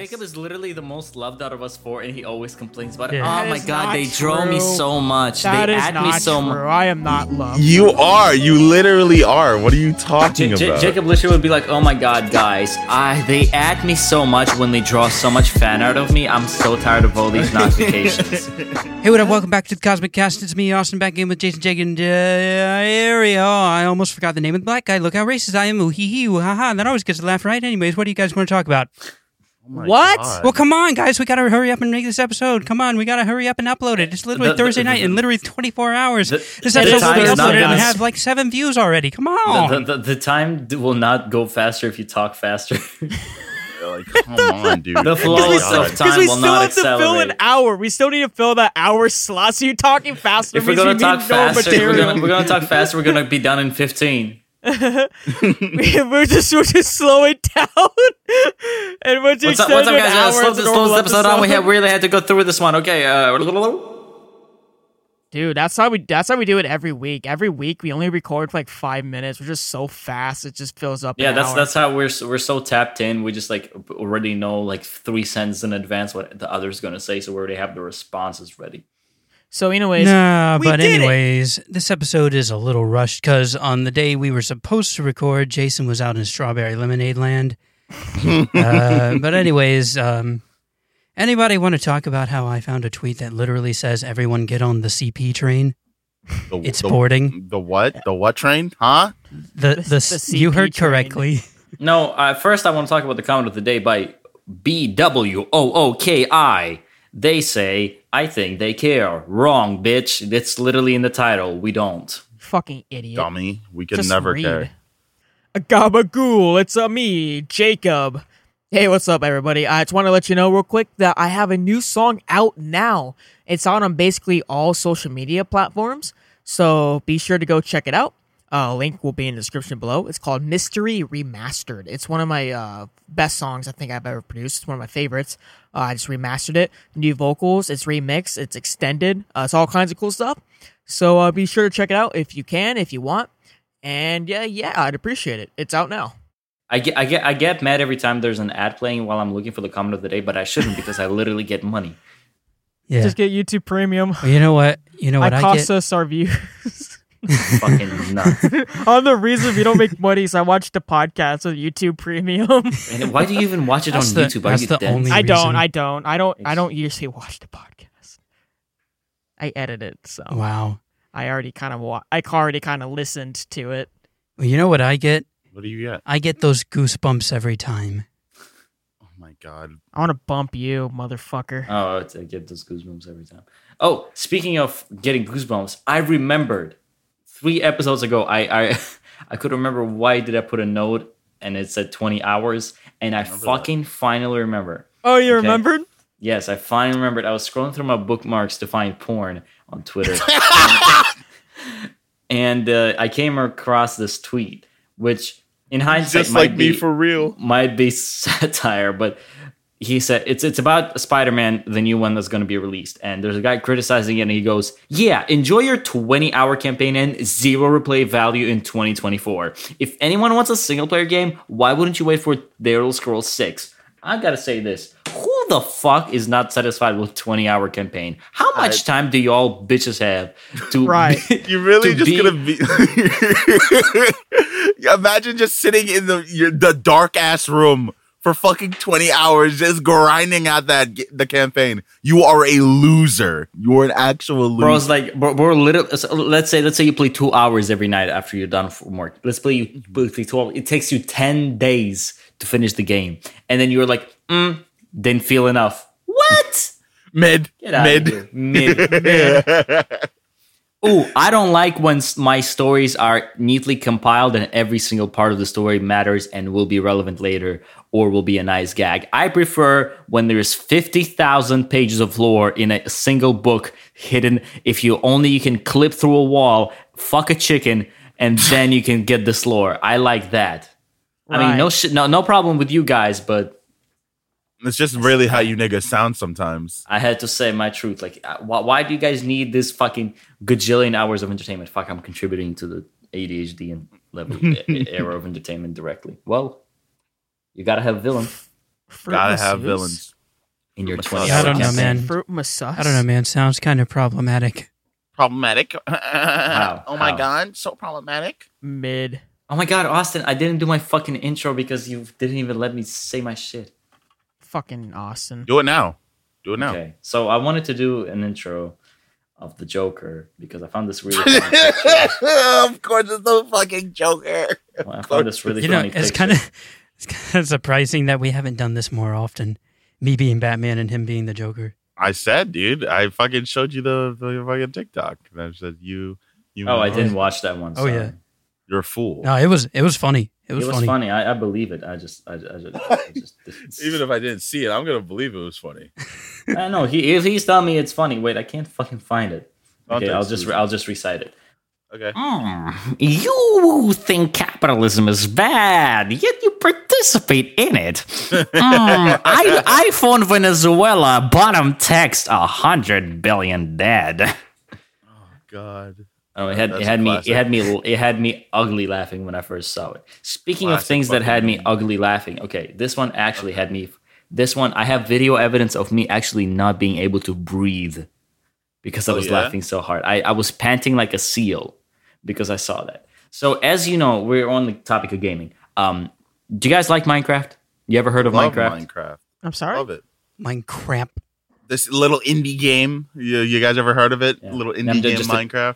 Jacob is literally the most loved out of us four, and he always complains about it. Yeah. Oh That my is god, not they drove me true. so much. That they is at not me so true. much. I am not loved. You are. You literally are. What are you talking J- J- about? Jacob Lisher would be like, "Oh my god, guys! I they at me so much when they draw so much fan art of me. I'm so tired of all these notifications." Hey, what up? Welcome back to the Cosmic Cast. It's me, Austin, back in with Jason, Jake, and uh, Ariel. I almost forgot the name of the black guy. Look how racist I am. Ooh, hee hee, ooh, ha ha. That always gets a laugh, right? Anyways, what do you guys want to talk about? what? Well, come on, guys. We got to hurry up and make this episode. Come on. We got to hurry up and upload it. It's literally The- the- Thursday the- night in literally 24 hours. the- this the episode time will is be not uploaded and gonna- have like seven views already. Come the, on. the, the, the time d- will not go faster if you talk faster. Like, come on, dude. The Oh my flawless God. of time we will still not have to fill an accelerate. hour. We still need to fill that hour slot. So you talking faster If we're means we gonna need talk no faster, we're material. gonna, we're gonna talk faster. We're gonna be done in 15. we're just we're just slow it down. and once you What's up, extend what's up, it an guys? hour, Slow it's this, a slow normal this episode down. We have really had to go through with this one. Okay. Uh, Dude, that's how we that's how we do it every week. Every week we only record for like five minutes. We're just so fast, it just fills up. Yeah, an that's hour. that's how we're s- we're so tapped in. We just like already know like three cents in advance what the other's gonna say, so we already have the responses ready. so. Anyways, Nah, we but did it. anyways, this episode is a little rushed because on the day we were supposed to record, Jason was out in Strawberry Lemonade Land. uh, but anyways, um, anybody want to talk about how I found a tweet that literally says everyone get on the CP train? The- It's the- boarding. The what? The what train? Huh? The The- the, the s- you CP heard train. correctly. No, uh, first I want to talk about the comment of the day by B W O O K I. They say, "I think they care." Wrong, bitch. It's literally in the title. We don't. fucking idiot. Dummy. We could Just never read. care. A gabagool, it's a me, Jacob. Hey, what's up, everybody? I just want to let you know real quick that I have a new song out now. It's out on basically all social media platforms, so be sure to go check it out. Uh, link will be in the description below. It's called Mystery Remastered. It's one of my uh, best songs I think I've ever produced. It's one of my favorites. Uh, I just remastered it. New vocals. It's remixed. It's extended. Uh, it's all kinds of cool stuff. So uh, be sure to check it out if you can, if you want. And yeah, yeah, I'd appreciate it. It's out now. I get, I get, I get mad every time there's an ad playing while I'm looking for the comment of the day, but I shouldn't because I literally get money. Yeah. Just get YouTube Premium. Well, you know what? You know I what I, cost get? us our views. Fucking nuts. I'm the reason we don't make money, so I watch the podcast with YouTube Premium. And why do you even watch it That's on the- YouTube? Are that's you the dead? only- I don't. reason. I don't. I don't. I don't usually watch the podcast. I edit it, so wow. I already kind of wa- I already kind of listened to it. Well, you know what I get? What do you get? I get those goosebumps every time. Oh my god. I want to bump you, motherfucker. Uh, Oh, it's- I get those goosebumps every time. Oh, speaking of getting goosebumps, I remembered three episodes ago. I I, I could remember why did I put a note and it said twenty hours, and I Remember that. fucking finally remember. oh, you okay. remembered? Yes, I finally remembered. I was scrolling through my bookmarks to find porn on Twitter. and uh, I came across this tweet, which in hindsight Just might like me be- for real. might be satire, but he said it's it's about Spider-Man, the new one that's going to be released. And there's a guy criticizing it, and he goes, "Yeah, enjoy your 20-hour campaign and zero replay value in 2024. If anyone wants a single-player game, why wouldn't you wait for The Elder Scrolls 6?" I gotta say this: Who the fuck is not satisfied with 20-hour campaign? How much time do y'all bitches have to Right. You really to just be- gonna be? Imagine just sitting in the your, the dark ass room for fucking twenty hours, just grinding at that g- the campaign. You are a loser. You're an actual loser. Bro's like, bro, bro little, so let's say, let's say you play two hours every night after you're done from work. Let's play you play two hours. It takes you 10 days to finish the game. And then you're like, mm, didn't feel enough. What? mid, Get out of mid. here. Mid. mid. Ooh, I don't like when s- my stories are neatly compiled and every single part of the story matters and will be relevant later or will be a nice gag. I prefer when there's 50,000 pages of lore in a single book hidden. If you only you can clip through a wall, fuck a chicken, and then you can get this lore. I like that. I mean, no Right. shit, no, no problem with you guys, but It's just really how you niggas sound sometimes. I had to say my truth. Like, uh, why, why do you guys need this fucking gajillion hours of entertainment? Fuck, I'm contributing to the ADHD e-, and level e- era of entertainment directly. Well, you gotta have villain. Fruit Gotta have masseuse? villains. in your Yeah, I 20 Yeah, I don't know, campaign. man. Fruit masseuse. I don't know, man. Sounds kind of problematic. Problematic. How? Oh my How? god, so problematic. Mid. Oh my god, Austin, I didn't do my fucking intro because you didn't even let me say my shit. Fucking Austin. Do it now. Do it now. Okay. So I wanted to do an intro of the Joker because I found this really funny picture. of course, it's the fucking Joker. Well, I found this really You know, funny it's picture. kind of it's kind of surprising that we haven't done this more often. Me being Batman and him being the Joker. I said, dude, I fucking showed you the, the fucking TikTok. And I said, you, you. Oh, I know, didn't watch that one. Oh, sorry. yeah. You're a fool. No, it was it was funny. It It was, was, funny. funny. I, I believe it. I just, I, I just, I just Even if I didn't see it, I'm gonna believe it was funny. I know he if he's telling me it's funny. Wait, I can't fucking find it. Okay, Context I'll just is- I'll just recite it. Okay. Hmm. You think capitalism is bad, yet you participate in it. Hmm. I, iPhone Venezuela bottom text a hundred billion dead. God. Oh, it had That's it had me classic. it had me it had me ugly laughing when I first saw it. Speaking of Classic things that fucking had me meme. ugly laughing, okay, this one actually had me. This one I have video evidence of me actually not being able to breathe because I Oh, was yeah? laughing so hard. I, I was panting like a seal because I saw that. So as you know, we're on the topic of gaming. Um, do you guys like Minecraft? You ever heard of Love Minecraft? Minecraft. I'm sorry. Love it. Minecraft. This little indie game. You, you guys ever heard of it? Yeah. Little And I'm indie game just a- Minecraft.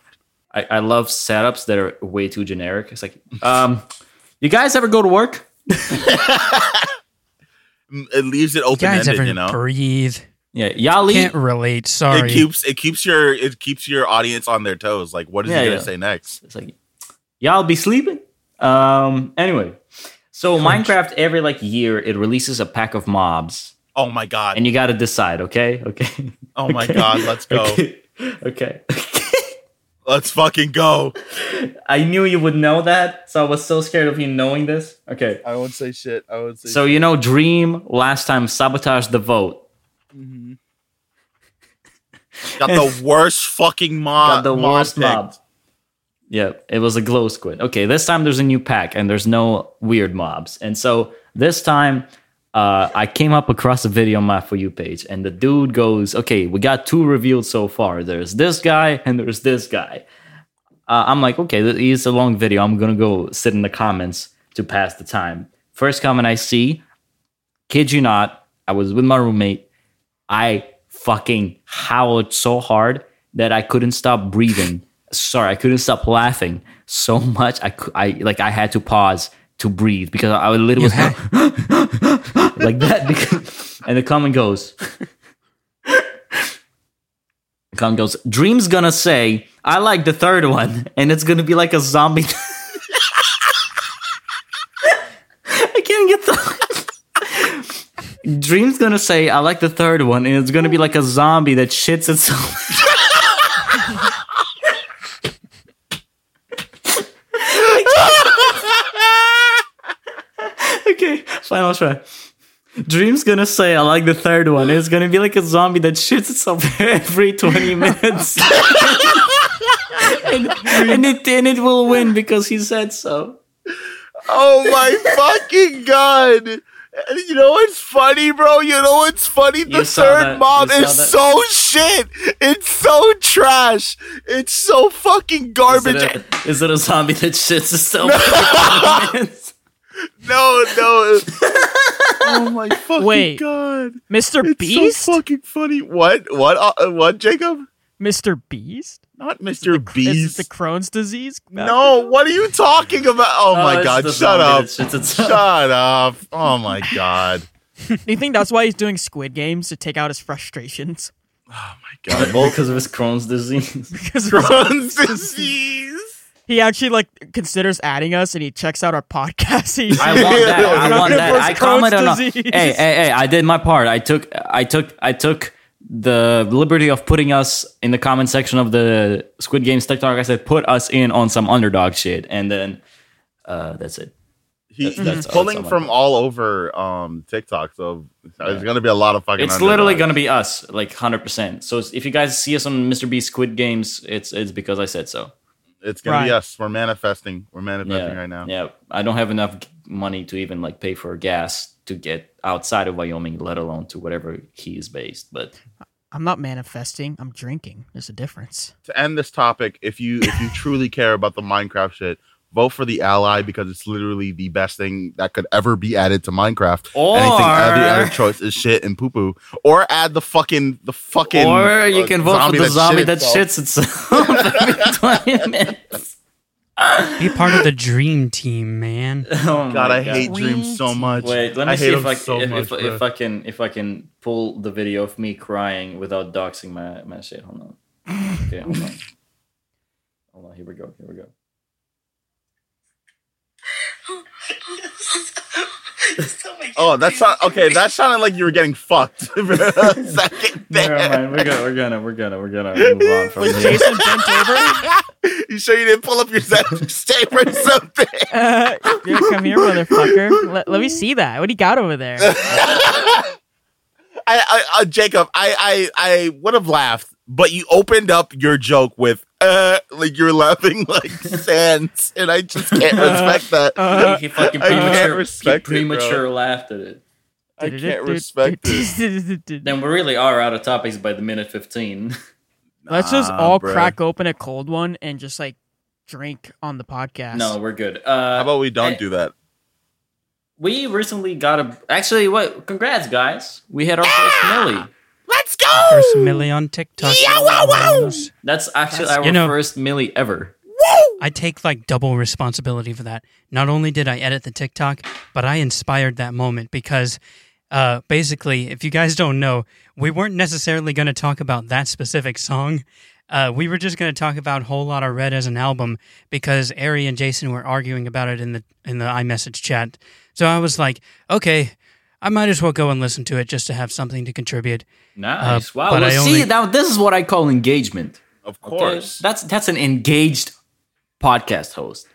I, I love setups that are way too generic. It's like, um, you guys ever go to work? Mm, It leaves it You open guys ended. ever You know. breathe? Yeah, y'all leave. Can't relate. It Sorry. keeps it keeps your it keeps your audience on their toes. Like, what is Yeah, he gonna yeah. say next? It's like, y'all be sleeping. Um, anyway, so Minecraft every like year it releases a pack of mobs, Oh my god. and you got to decide. Okay, okay. oh my Okay. god. Let's go. Okay. okay. Let's fucking go. I knew you would know that, so I was so scared of you knowing this. Okay. I won't say shit. I won't say. So you know, Dream last time sabotaged the vote. shit. got the worst fucking mob. Got the mob worst pick. mob. Yeah, it was a glow squid. Okay, this time there's a new pack and there's no weird mobs. And so this time uh, I came up across a video on my For You page, and the dude goes, Okay, we got two revealed so far. There's this guy and there's this guy. Uh, I'm like, Okay, th- it's a long video. I'm going to go sit in the comments to pass the time. First comment I see, kid you not, I was with my roommate. I fucking howled so hard that I couldn't stop breathing. Sorry, I couldn't stop laughing so much. I, cou- I like I had to pause to breathe because I would literally was You had- like that. Because, and the comment goes, the comment goes, Dream's gonna say, I like the third one, and it's gonna be like a zombie. I can't get the. Dream's gonna say, I like the third one, and it's gonna be like a zombie that shits itself. okay, final try. Dream's gonna say, I like the third one, and it's gonna be like a zombie that shits itself every 20 minutes. and, and, it, and it will win because he said so. Oh my fucking god! And you know what's funny, bro? You know what's funny? The You saw third that. mob You is saw that. so shit. It's so trash. It's so fucking Is it garbage. a, is it a zombie that shits itself every 20 minutes? No, no. oh my fucking Wait. god! Mr. It's Beast? so fucking funny. What? What? Uh, what? Jacob? Mr. Beast? Not Mr. Is this Beast. the Crohn's disease? Uh, no. What are you talking about? Oh, Oh, my it's god! the Shut zombie that up! shits itself. Shut up! Oh my god! Do you think that's why he's doing Squid Games to take out his frustrations? God, well, because of his Crohn's disease. Because Crohn's disease. he actually like considers adding us and he checks out our podcast. He- I want that. Yeah, I want that. Crohn's I commented on. Hey, disease. hey, hey! I did my part. I took, I took, I took the liberty of putting us in the comment section of the Squid Games TikTok. I said, put us in on some underdog shit, and then uh, that's it. He, That's- that's he's all pulling someone from does. all over um TikTok, so there's gonna be a lot of fucking. It's literally underdogs. gonna be us, like hundred percent. So if you guys see us on Mr. B Squid Games, it's it's because I said so. It's gonna be Right. us. We're manifesting. We're manifesting Yeah, right now. yeah. I don't have enough money to even like pay for gas to get outside of Wyoming, let alone to whatever he is based. But I'm not manifesting. I'm drinking. There's a difference. to end this topic, if you if you truly care about the Minecraft shit, vote for the ally because it's literally the best thing that could ever be added to Minecraft. Anything add the other or choice is shit and poo poo, or add the fucking the fucking. or uh, you can vote for the shit zombie that itself. shits itself every twenty minutes. Be part of the dream team, man. Oh my God, I hate God. dreams so much. Wait, let me I see hate if them I, so if, much, if, bro. if I can if I can pull the video of me crying without doxing my, my shit. Hold on. Okay, hold on. Hold on. Here we go. Here we go. Oh, that sound okay. That sounded like you were getting fucked. for a Second Never there. mind. We're gonna we're gonna we're gonna we're gonna move on from here. Jason bent over. you sure you didn't pull up your statement or something? Uh, here, come here, motherfucker. Let, let me see that. What do you got over there? I, I, uh, Jacob, I, I, I would have laughed, but you opened up your joke with uh, like you're laughing like sans, and I just can't respect that. Uh, He fucking I can't premature, he respect it, bro. premature laughed at it. I can't respect it. Then we really are out of topics by the minute fifteen. Let's just Nah, all bruh. crack open a cold one and just like drink on the podcast. No, we're good. Uh, How about we eh, don't do that? we recently got a actually what? Congrats, guys. We had our first millie. Let's First go! Millie on TikTok. Yeah, wow, wow. That's actually our you know- Uh, first millie ever. I take like double responsibility for that. Not only did I edit the TikTok, but I inspired that moment because uh, basically, if you guys don't know, we weren't necessarily going to talk about that specific song. Uh, we were just going to talk about Whole Lotta Red as an album because Ari and Jason were arguing about it in the in the iMessage chat. So I was like, okay, I might as well go and listen to it just to have something to contribute. Nice. wow. but Well, I see, only- now this is what I call engagement. Of okay? course, That's that's an engaged podcast host.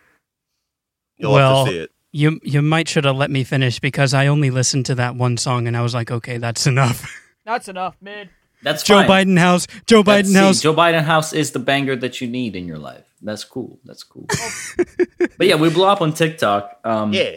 you'll Well, have to see it. You you might should have let me finish because I only listened to that one song and I was like, okay, that's enough. That's enough, mid. That's Joe fine. Biden house. Joe That's- Biden see, house. Joe Biden house is the banger that you need in your life. That's cool. That's cool. but yeah, we blew up on TikTok. Um, Yeah,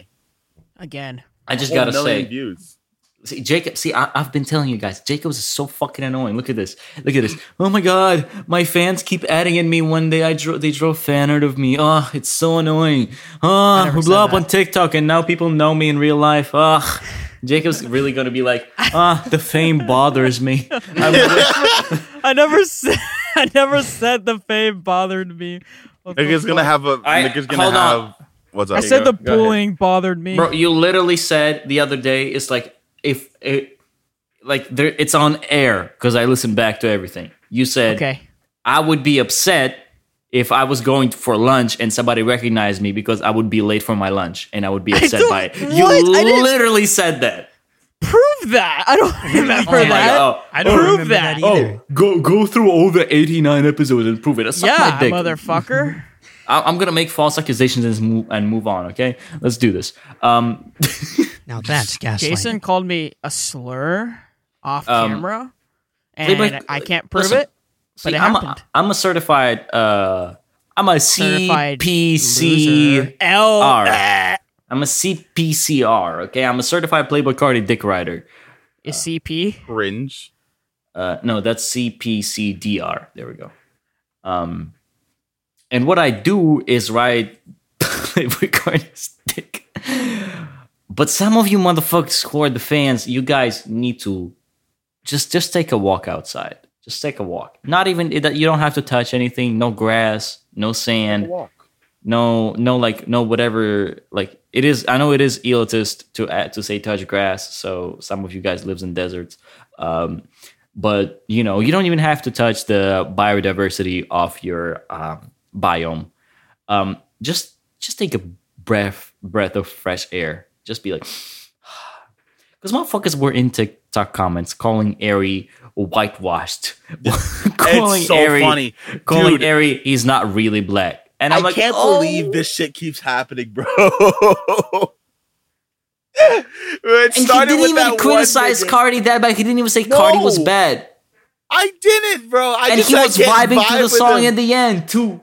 Again. I just whole gotta million say, views. see, Jacob. See, I, I've been telling you guys, Jacobs is so fucking annoying. Look at this. Look at this. Oh my god, my fans keep adding in me. One day, I drew. They drove fan art of me. Oh, it's so annoying. Oh, never we blew said up on TikTok, and now people know me in real life. Ugh. Jacob's really gonna be like, ah, the fame bothers me. I wish- I never said I never said the fame bothered me. What the Nigga's gonna fuck? have a. I- nigga's gonna hold have. on. What's up? I said the go ahead. bullying bothered me. Bro, you literally said the other day it's like if it, like there it's on air because I listened back to everything. You said okay. I would be upset if I was going for lunch and somebody recognized me because I would be late for my lunch and I would be upset don't- by it. what? You I didn't- literally said that. Prove that. I don't remember my that. God. I don't Prove remember that. that, either. Oh, go go through all the 89 episodes and prove it. Suck Yeah, my dick. motherfucker. I, I'm going to make false accusations and move, and move on, okay? Let's do this. Um, Now that's gaslighting. Jason called me a slur off Um, camera, Hey, and but- I can't prove listen, it. But see, it I'm, a, happened. I'm a certified, uh, I'm a Certified CPC. loser. L. R. I'm a CPCR, okay? I'm a certified Playboy Cardi dick rider. is CP. cringe. Uh, no, that's CPCDR. There we go. Um, and what I do is ride Playboy Cardi stick. But some of you motherfuckers who are the fans, you guys need to just just take a walk outside. Just take a walk. Not even that you don't have to touch anything. No grass, no sand Walk. no no like no whatever like it is i know it is elitist to add, to say touch grass so some of you guys lives in deserts um but you know you don't even have to touch the biodiversity of your um, biome um just just take a breath breath of fresh air just be like because motherfuckers were in tiktok comments calling airy whitewashed calling It's so Airy- funny, calling Dude. Ari he's not really black. And i I'm like, can't "Oh." believe this shit keeps happening, bro. it And he started didn't with even that criticize one nigga. Cardi that bad. He didn't even say Cardi was No. bad. I didn't, bro. I and just, he was I can't vibing to vibe the with song him. at the end too.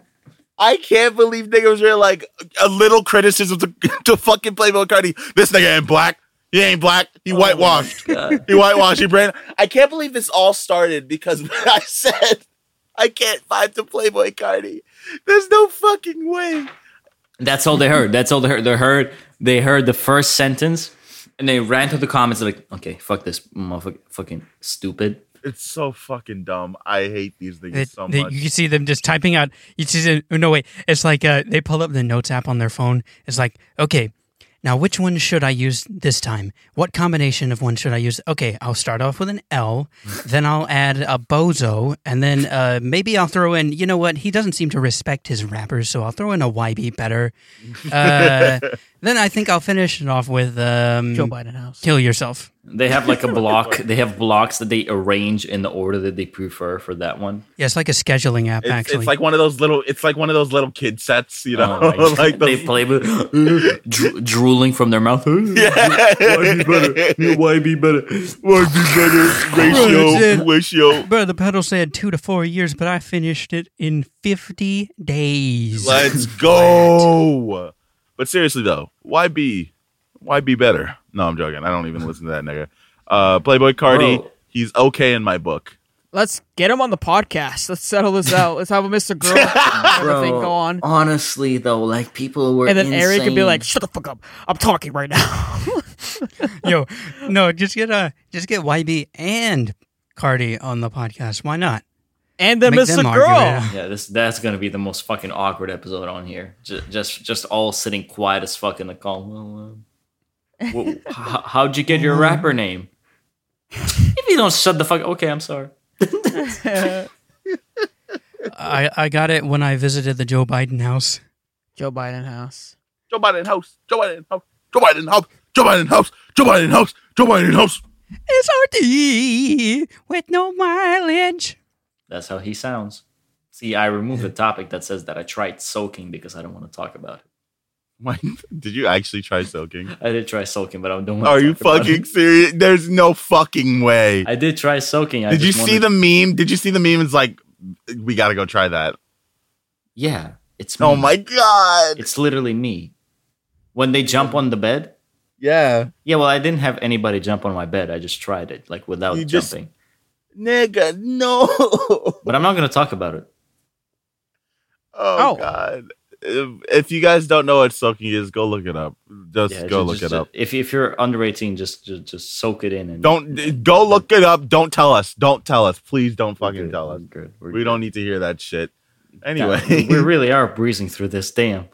I can't believe niggas were like a little criticism to, to fucking Playboy Cardi. This nigga ain't black. He ain't black. Oh He whitewashed. he whitewashed. He brand. I can't believe this all started because I said I can't find the Playboy Cardi. There's no fucking way. That's all they heard. That's all they heard. They heard they heard the first sentence and they ran to the comments like, okay, fuck this motherfucking fucking stupid. It's so fucking dumb. I hate these things They- so they- much. you can see them just typing out. You see them, oh, no wait. It's like uh, they pull up the notes app on their phone. It's like okay, now which one should I use this time? What combination of one should I use? Okay, I'll start off with an L, then I'll add a bozo, and then uh, maybe I'll throw in. You know what? He doesn't seem to respect his rappers, so I'll throw in a YB better. Uh, then I think I'll finish it off with um, Joe Biden house. kill yourself. They have like a block. They have blocks that they arrange in the order that they prefer for that one. Yeah, it's like a scheduling app. It's, actually, it's like one of those little. It's like one of those little kid sets, you know, Oh my God. like they those play with dro- drooling from their mouth. Why be better? Why be better? Why be better ratio Right. ratio. Bro, the pedal said two to four years, but I finished it in 50 days. Let's go. But seriously though, why be why be better? No, I'm joking. I don't even listen to that nigga. Uh Playboy Cardi, Bro. he's okay in my book. Let's get him on the podcast. Let's settle this out. Let's have a Mr. Girl thing go on. honestly though, like people were And then Eric could be like, shut the fuck up. I'm talking right now. Yo, no, just get uh, just get YB and Cardi on the podcast. Why not? And then Make them Mr. argue it Girl. out. yeah, this that's gonna be the most fucking awkward episode on here. Just just, just all sitting quiet as fuck in the call. Well, uh, wh- h- how'd you get your Uh-huh. rapper name? if you don't shut the fuck, okay, I'm sorry. I, I got it when I visited the Joe Biden house. Joe Biden house. Joe Biden house. Joe Biden house. Joe Biden house. Joe Biden house. Joe Biden house. Joe Biden house. It's RT with no mileage. That's how he sounds. See, I removed the topic that says that I tried soaking because I don't want to talk about it. Why- Did you actually try soaking? I did try soaking, but I don't want Are to you talk about fucking it. serious? There's no fucking way. I did try soaking. I Did you just see wanted- the meme? Did you see the meme? It's like we gotta go try that. Yeah, it's me. Oh my god. It's literally me. When they jump on the bed. Yeah. Yeah, well, I didn't have anybody jump on my bed. I just tried it, like without You just- jumping. Nigga, no. oh, But I'm not going to talk about it. Oh. god. If, if you guys don't know what soaking is, go look it up. Just Yeah, go ju- look just- it up. If if you're under 18, just just, just soak it in and Don't go look it up. Don't tell us. Don't tell us. Please don't We're fucking good, tell we're us. Good. We're We good. don't need to hear that shit. God, Anyway, we really are breezing through this. Damn.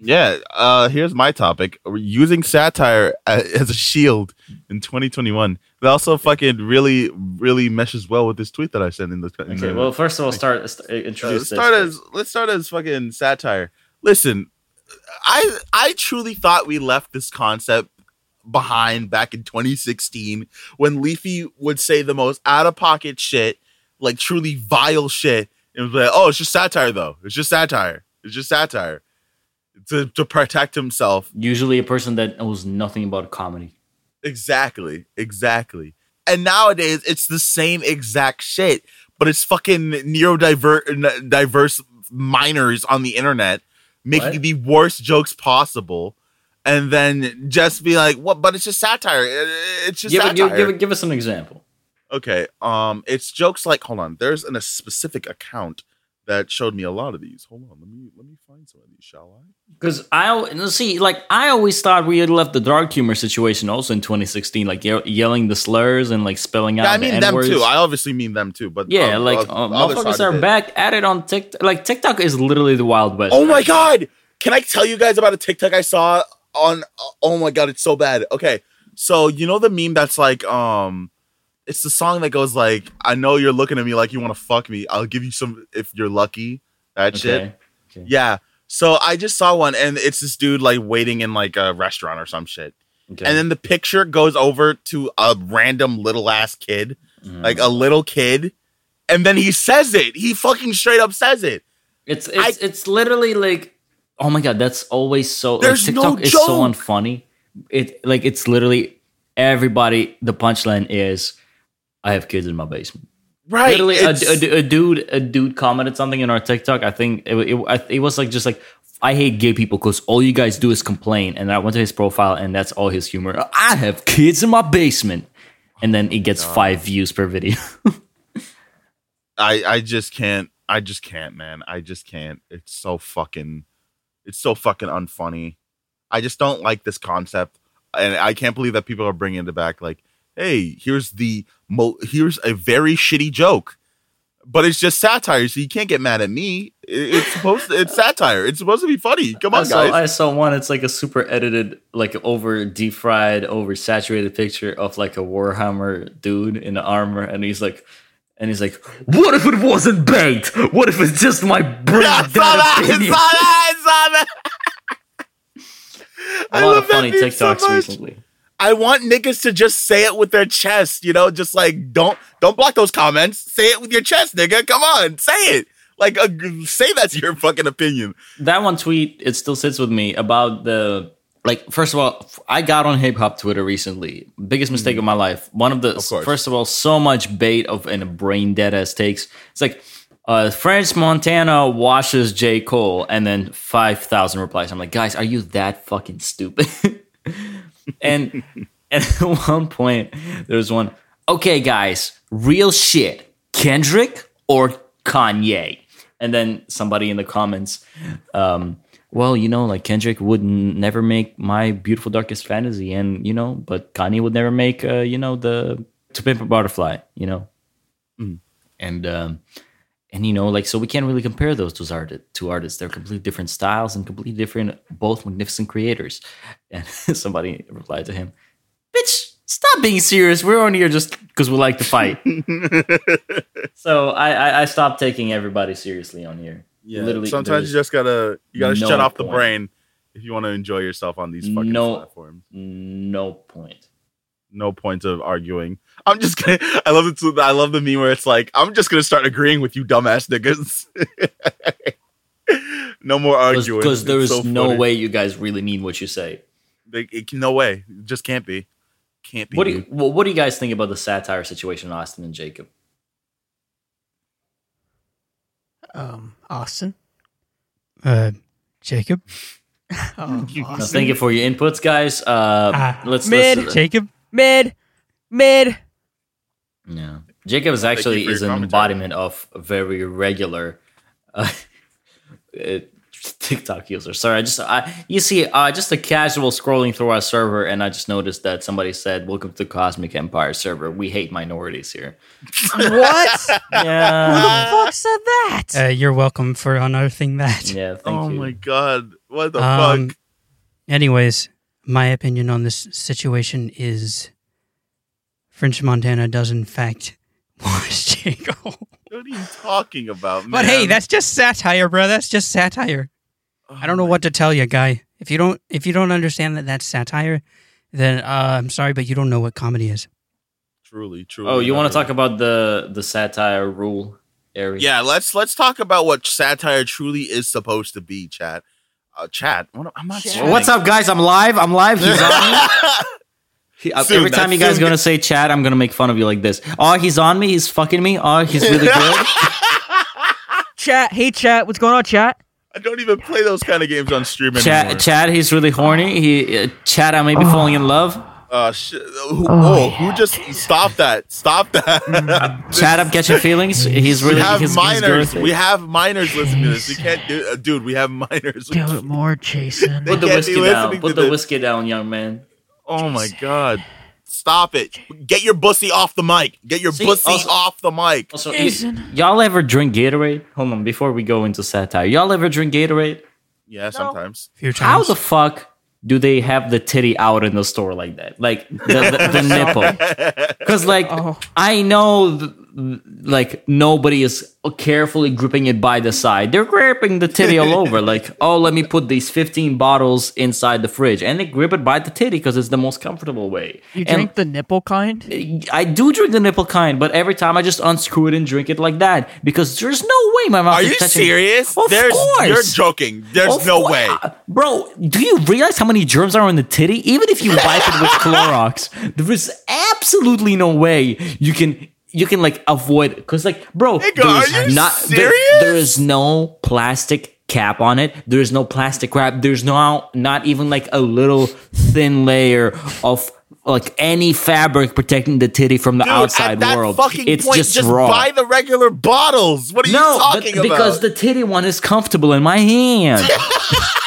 yeah. Uh, here's my topic: using satire a- as a shield in 2021. That also fucking really, really meshes well with this tweet that I sent in the. in Okay. the- Well, first of all, start st- Uh, introduce start this. as let's start as fucking satire. Listen, I I truly thought we left this concept behind back in 2016 when Leafy would say the most out of pocket shit, like truly vile shit, and was like, "Oh, it's just satire, though. It's just satire. It's just satire." To to protect himself, Usually, a person that knows nothing about comedy. exactly, exactly. And nowadays, it's the same exact shit, but it's fucking neurodiverse diverse minors on the internet making What? the worst jokes possible and then just be like what but it's just satire It- it's just Give, it- satire give, give, it- give us an example. okay um it's jokes like hold on there's an, a specific account that showed me a lot of these hold on let me let me find some of these shall i Because I al- see, like I always thought we had left the dark humor situation also in 2016, like ye- yelling the slurs and like spelling out. yeah, i the mean them N-words. too i obviously mean them too but yeah, um, like uh, uh, the other motherfuckers side of are it- back at it on TikTok. Like TikTok is literally the wild west. Oh my god! Can I tell you guys about a TikTok I saw on? Oh my god, it's so bad. Okay, so you know the meme that's like, um, it's the song that goes like, "I know you're looking at me like you want to fuck me. I'll give you some if you're lucky." That shit. Okay. Yeah. So I just saw one, and it's this dude like waiting in like a restaurant or some shit, Okay. and then the picture goes over to a random little ass kid, Mhm. like a little kid, and then he says it. He fucking straight up says it. It's it's it's literally like oh my god, that's always so like, There's no TikTok is so joke. unfunny. It like it's literally everybody the punchline is I have kids in my basement. Right. literally a, it's- a- a dude a dude commented something in our TikTok. I think it it, I- it was like just like I hate gay people because all you guys do is complain. And I went to his profile, and that's all his humor. I have kids in my basement, and then it gets five views per video. I I just can't. I just can't, man. I just can't. It's so fucking. It's so fucking unfunny. I just don't like this concept, and I can't believe that people are bringing it back. Like, hey, here's the mo- here's a very shitty joke, but it's just satire, so you can't get mad at me. I- It's supposed to, it's satire. It's supposed to be funny. Come I on, saw, guys. I saw one. It's like a super edited, like over deep fried, over saturated picture of like a Warhammer dude in the armor, and he's like, and he's like, "What if it wasn't bait? What if it's just my brain?" Yeah, I saw that. I saw that. I saw that. I A lot love of that funny meme so TikToks much. recently. I want niggas to just say it with their chest, you know, just like don't don't block those comments. Say it with your chest, nigga. Come on, say it. Like uh, say that's your fucking opinion. that one tweet it still sits with me about the like first of all f- i got on hip hop twitter recently biggest mistake of my life one of the course. first of all so much bait of and brain dead ass takes it's like uh, French Montana washes J. Cole, and then 5,000 replies. I'm like, guys, are you that fucking stupid? and, and at one point, there's one, okay, guys, real shit, Kendrick or Kanye? And then somebody in the comments, um, well, you know, like Kendrick would n- never make my beautiful darkest fantasy, and you know, but Kanye would never make, uh, you know, the To Pimp a Butterfly, you know, and um, and you know, like so we can't really compare those two art two artists. They're completely different styles and completely different, both magnificent creators. And somebody replied to him, "Bitch, stop being serious. We're on here just because we like to fight." so I, I I stopped taking everybody seriously on here. literally. Sometimes there's you just gotta you gotta no shut off the point. brain if you want to enjoy yourself on these fucking No. platforms. no point. No point of arguing. I'm just gonna. I love it. I love the meme where it's like I'm just gonna start agreeing with you, dumbass niggas. no more arguing Because there is It's so no funny. way you guys really mean what you say. Like, it can- no way. It just can't be. Can't be. What do you, dude. well, what do you guys think about the satire situation in Austin and Jacob? Um, Austin. Uh, Jacob, Um, Now, Austin. thank you for your inputs, guys. Uh, Ah, let's mid. let's- uh, Jacob, Mid, mid. Yeah, Jacob is you actually for is your an commentary. embodiment of a very regular uh, uh, TikTok user. Sorry, I just I you see uh, just a casual scrolling through our server, and I just noticed that somebody said, "Welcome to the Cosmic Empire server. We hate minorities here." What? Who Yeah, the fuck said that? uh, you're welcome for unearthing that. yeah. Thank Oh you. my god! What the Um, fuck? Anyways, my opinion on this situation is French Montana does in fact wash Jacob. What are you talking about, man? But hey, that's just satire, bro. That's just satire. I don't know Oh what to tell you, guy. If you don't if you don't understand that that's satire, then uh, I'm sorry, but you don't know what comedy is. Truly, truly. Oh, you want to never- talk about the the satire rule area? Yeah, let's let's talk about what satire truly is supposed to be, chat. Uh, chat. What, am- I'm not. Chat. chatting. What's up, guys? I'm live. I'm live. He's on me. He- uh, Soon, every time that's you guys soon. gonna say chat, I'm gonna make fun of you like this. Oh, he's on me. He's fucking me. Oh, he's really good. Chat. Hey, chat. What's going on, chat? I don't even play those kind of games on stream anymore. Chad, Chad, he's really horny. He, uh, Chad, I may Oh. be falling in love. Uh, sh- who, oh, who just stop that? Stop that! Mm, Chad, I'm catching feelings. He's we really have he's, he's minors. girthy. we have minors. Listen to this. We can't do, uh, dude. We have minors. more, Jason. They Put the can't be whiskey listening down. to Put the this. whiskey down, young man. Oh my god! Stop it! Get your bussy off the mic. Get your See, bussy also- off the mic. Also, y- y'all ever drink Gatorade? Hold on, before we go into satire, y'all ever drink Gatorade? Yeah, sometimes. Few times. How the fuck do they have the titty out in the store like that? Like the, the, the nipple? Because like Oh. I know, th- th- like nobody is carefully gripping it by the side. They're gripping the titty all over. Like oh, let me put these fifteen bottles inside the fridge, and they grip it by the titty because it's the most comfortable way. You And- drink the nipple kind? I do drink the nipple kind, but every time I just unscrew it and drink it like that because there's no way my mouth. Are is you touching- serious? Of There's, course. You're joking. There's Of no cour- way. bro. Do you realize how many germs are in the titty? Even if you wipe it with Clorox, there is absolutely no way you can you can like avoid because like, bro, Nigga, are there's you not there- serious? there is no plastic cap on it. There's no plastic wrap. There's no not even like a little thin layer of like any fabric protecting the titty from the Dude, outside at that world. fucking It's point, just, raw. buy the regular bottles. What are you no, but talking about? because the titty one is comfortable in my hand.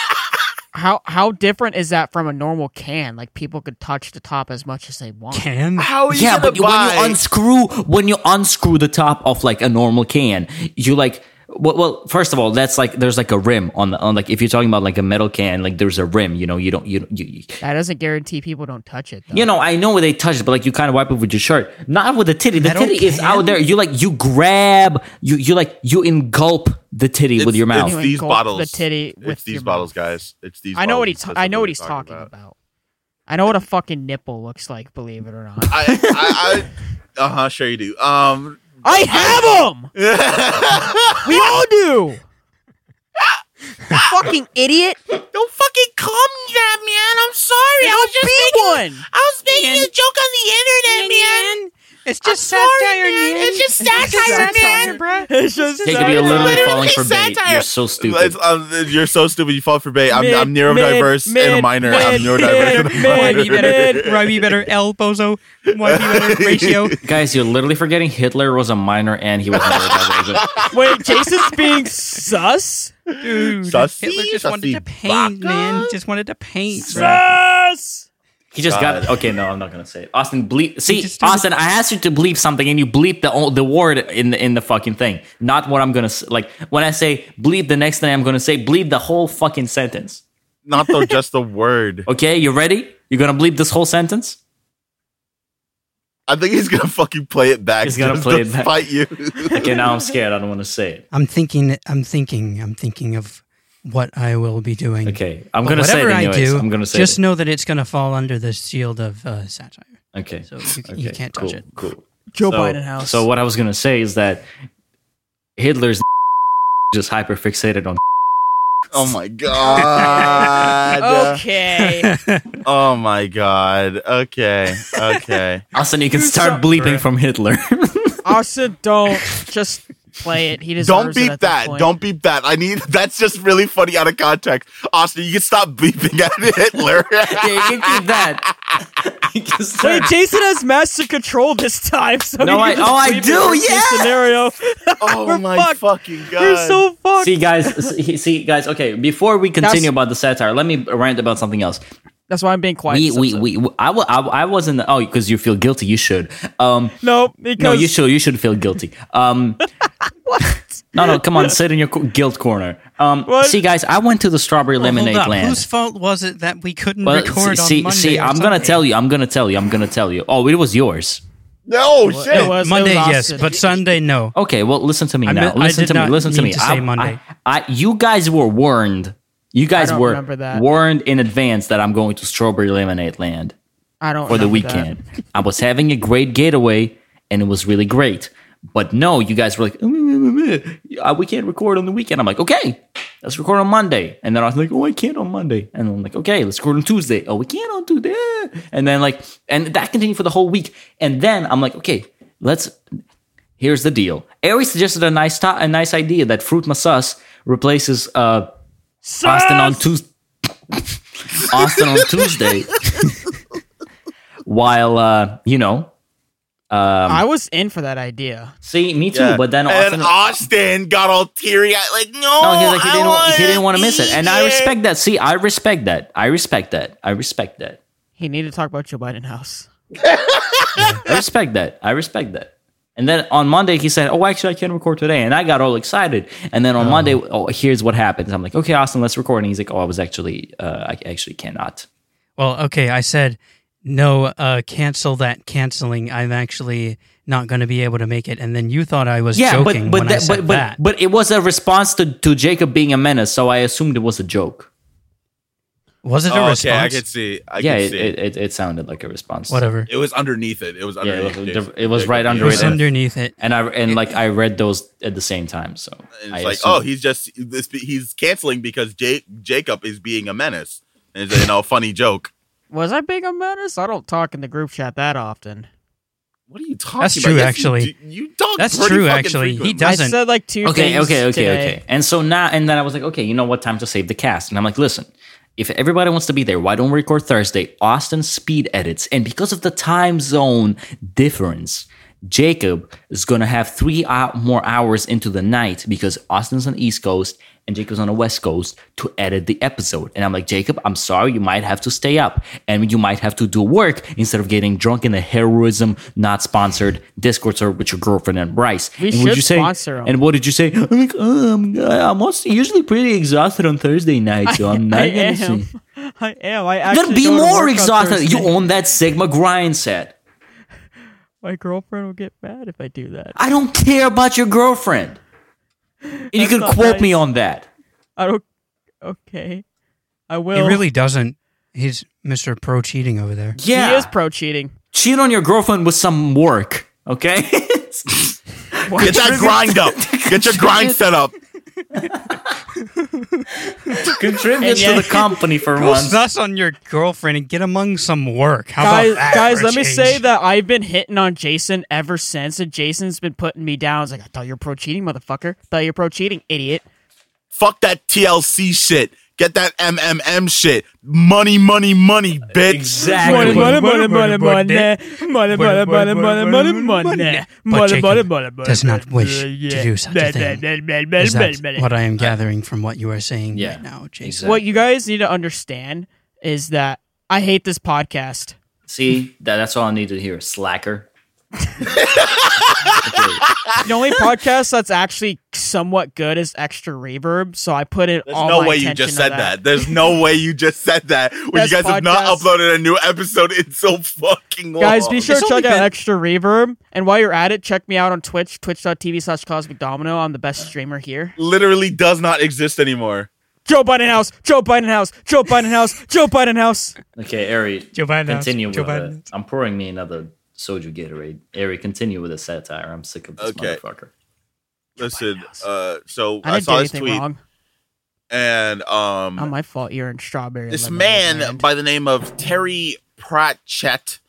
How how different is that from a normal can? Like people could touch the top as much as they want. Can How are you yeah, gonna but buy? when you unscrew when you unscrew the top of like a normal can, you like well, well, first of all, that's like there's like a rim on the on like if you're talking about like a metal can, like there's a rim. You know, you don't you you, you That doesn't guarantee people don't touch it. Though. You know, I know where they touch it, but like you kind of wipe it with your shirt, not with the titty. The Metal titty is can? out there. You like you grab you you like you engulp the titty with It's- your mouth. It's You these engulf bottles. the titty it's with these your mouth. bottles, guys. It's these. I know what bottles. he's That's I know we're what he's talking about. I know what a fucking nipple looks like. Believe it or not, I, I, I uh huh. Sure you do. Um, I have them. We all do. fucking idiot! don't fucking come that man. I'm sorry. Don't be one. I was making a joke on the internet, man. It's just I'm sorry, satire, man. man. It's just satire, man. bro. It's just Jacob, you're It's literally literally falling for bait. satire. You're so It's, stupid. um, you're so stupid. You fall for bait. I'm, I'm Mid- neurodiverse mid- and a minor. I'm mid- neurodiverse and a mid- Why minor. be better? Why be better? El Bozo. Why be better? Ratio. Guys, you're literally forgetting Hitler was a minor and he was neurodivergent. Wait, Jason's being sus. Dude, Sussy, Hitler just wanted sussy to paint, baka. man. Just wanted to paint. Bro. Sus. He just got God. okay. No, I'm not gonna say it. Austin, bleep. See, just didn't- Austin, I asked you to bleep something, and you bleep the o- the word in the in the fucking thing. Not what I'm gonna s- like when I say bleep. The next thing I'm gonna say bleep the whole fucking sentence. Not though, just the word. Okay, you ready? You're gonna bleep this whole sentence. I think he's gonna fucking play it back. He's gonna just play to it back. Fight you. Okay, now I'm scared. I don't want to say it. I'm thinking. I'm thinking. I'm thinking of what I will be doing. Okay, I'm But gonna say it whatever anyways. I do, I'm gonna say just it. know that it's gonna fall under the shield of uh, satire. okay, So you, you Okay, can't cool, touch it. Cool. Joe so, Biden house. So what I was gonna say is that Hitler's just hyper fixated on. oh my uh, god. Okay. Oh my god. Okay. Okay. Austin, you can You start suck, bleeping bro. from Hitler. Austin, don't just play it. He deserves Don't it beep at this that. point. Don't beep that. I need. That's just really funny out of context. Austin, you can stop beeping at Hitler. yeah, you can keep that. You can Wait, start- Jason has master control this time. So No, you I- can just oh, I bleep do, the worst case yes! Scenario. oh We're my fucked. fucking god. You're so fucked. see, guys. See, see, guys. Okay, before we continue That's- about the satire, let me rant about something else. That's why I'm being quiet. We, this we, episode. we, I, wa- I, I wasn't. Oh, because you feel guilty. You should. Um, no, because no, you should. You should feel guilty. Um, what? No, no, come on, sit in your co- guilt corner. Um, What? see, guys, I went to the strawberry lemonade Hold up. land. Whose fault was it that we couldn't Well, record see, see, on Monday? see, or I'm gonna something? tell you, I'm gonna tell you, I'm gonna tell you. Oh, it was yours. no It shit. was, it Monday, was yes, Austin. but Sunday, no. Okay, well, listen to me I now. meant- I listen did to me. not Listen to mean me. to say Monday. I, I, you guys were warned. You guys don't were remember that. warned in advance that I'm going to strawberry lemonade land. I don't for the remember that. weekend. I was having a great getaway and it was really great. But no, you guys were like, "Mm, mm, mm, mm, uh, we can't record on the weekend. I'm like, okay, let's record on Monday. And then I was like, oh, I can't on Monday. And I'm like, okay, let's record on Tuesday. Oh, we can't on Tuesday. And then like, and that continued for the whole week. And then I'm like, okay, let's. Here's the deal. Ari suggested a nice, to- a nice idea that fruit massage replaces uh, Austin on Tuesday. Austin on Tuesday. While uh, you know, I was in for that idea. see me too. Yeah. But then and Austin, then Austin got all teary eyed, like, no, no, he's like he I didn't, wa- he wanna didn't want to miss be it, and I here. respect that. See, I respect that. I respect that. I respect that. He needed to talk about Joe Biden house. I respect that. I respect that. And then on Monday he said, "Oh, actually, I can't record today," and I got all excited. And then on Monday, oh, here's what happens. I'm like, "Okay, Austin, let's record." And he's like, "Oh, I was actually, uh, I actually cannot." Well, okay, I said no. Uh, cancel that canceling. I'm actually not going to be able to make it. And then you thought I was Yeah, joking but but when I that, said but, but that. but it was a response to to Jacob being a menace, so I assumed it was a joke. was it a Oh, okay, I response? could see. I yeah, could it, see. it, it it sounded like a response. Whatever. It was underneath it. It was Yeah, underneath. it was, Jacob- it was right Jacob. under It was it, and, underneath it. and I and like I read those at the same time. So And I it's like, assumed- oh, he's just this. He's canceling because Ja- Jacob is being a menace. And it's, you know, funny joke. Was I being a menace? I don't talk in the group chat that often. What are you talking That's about? true, Yes, you actually. do- You, talk That's pretty true, fucking actually. He frequently. I doesn't- said like two okay, things okay, okay, today. okay. And so now, and then I was like, okay, you know what time to save the cast? And I'm like, listen, if everybody wants to be there, why don't we record Thursday? Austin speed edits, and because of the time zone difference, Jacob is gonna have three ou- more hours into the night because Austin's on the East Coast and Jacob's on the West Coast to edit the episode. And I'm like, Jacob, I'm sorry, you might have to stay up and you might have to do work instead of getting drunk in the heroism not sponsored Discord server with your girlfriend and Bryce. We and would should you say- sponsor 'em. And what did you say? I'm like, oh, I'm, I'm also usually pretty exhausted on Thursday night, so I'm not I gonna am. sing. I am. I You actually gotta be go to work more on exhausted. You Thursday. own that Sigma grind set. My girlfriend will get mad if I do that. I don't care about your girlfriend. And you That's can not quote me nice. on that. I don't. Okay, I He will. really doesn't. He's Mr. Pro cheating over there. Yeah. He is pro cheating. Cheat on your girlfriend with some work, okay? Get that grind up. Get your grind set up. Contribute yeah. to the company for Post once. us on your girlfriend and get among some work. How guys, about that? guys, for a let me change? say that I've been hitting on Jason ever since, and Jason's been putting me down. I was like, I thought you're pro cheating, motherfucker. thought you're pro cheating, idiot. Fuck that TLC shit. Get that MMM shit. Money, money, money, bitch. Exactly. money, money, money, money, money, money, money, money. But Jacob does not Uh, wish to do such a thing. Is that what I am gathering from what you are saying Uh, Yeah. right now, Jason? Exactly. What you guys need to understand is that I hate this podcast. See, that, that's all I needed to hear. Slacker. The only podcast that's actually somewhat good is Extra Reverb, so I put in There's all no my way you attention just on said that. There's no way you just said that. When you Best guys have not podcast. uploaded a new episode in so fucking long. Guys, be sure to It's check only out been- Extra Reverb. And while you're at it, check me out on Twitch, twitch.tv slash Cosmic Domino. I'm the best streamer here. Literally does not exist anymore. Joe Biden House, Joe Biden House, Joe Biden House, Joe Biden House. Okay, Ari, Joe Biden announced- continue with Joe Biden it. I'm pouring me another soju Gatorade. Ari, continue with the satire. I'm sick of this Okay. motherfucker. Listen, uh, so I I, didn't do saw his anything tweet wrong. and um, Not my fault you're in strawberry. this lemonade man land. by the name of Terry Pratchett.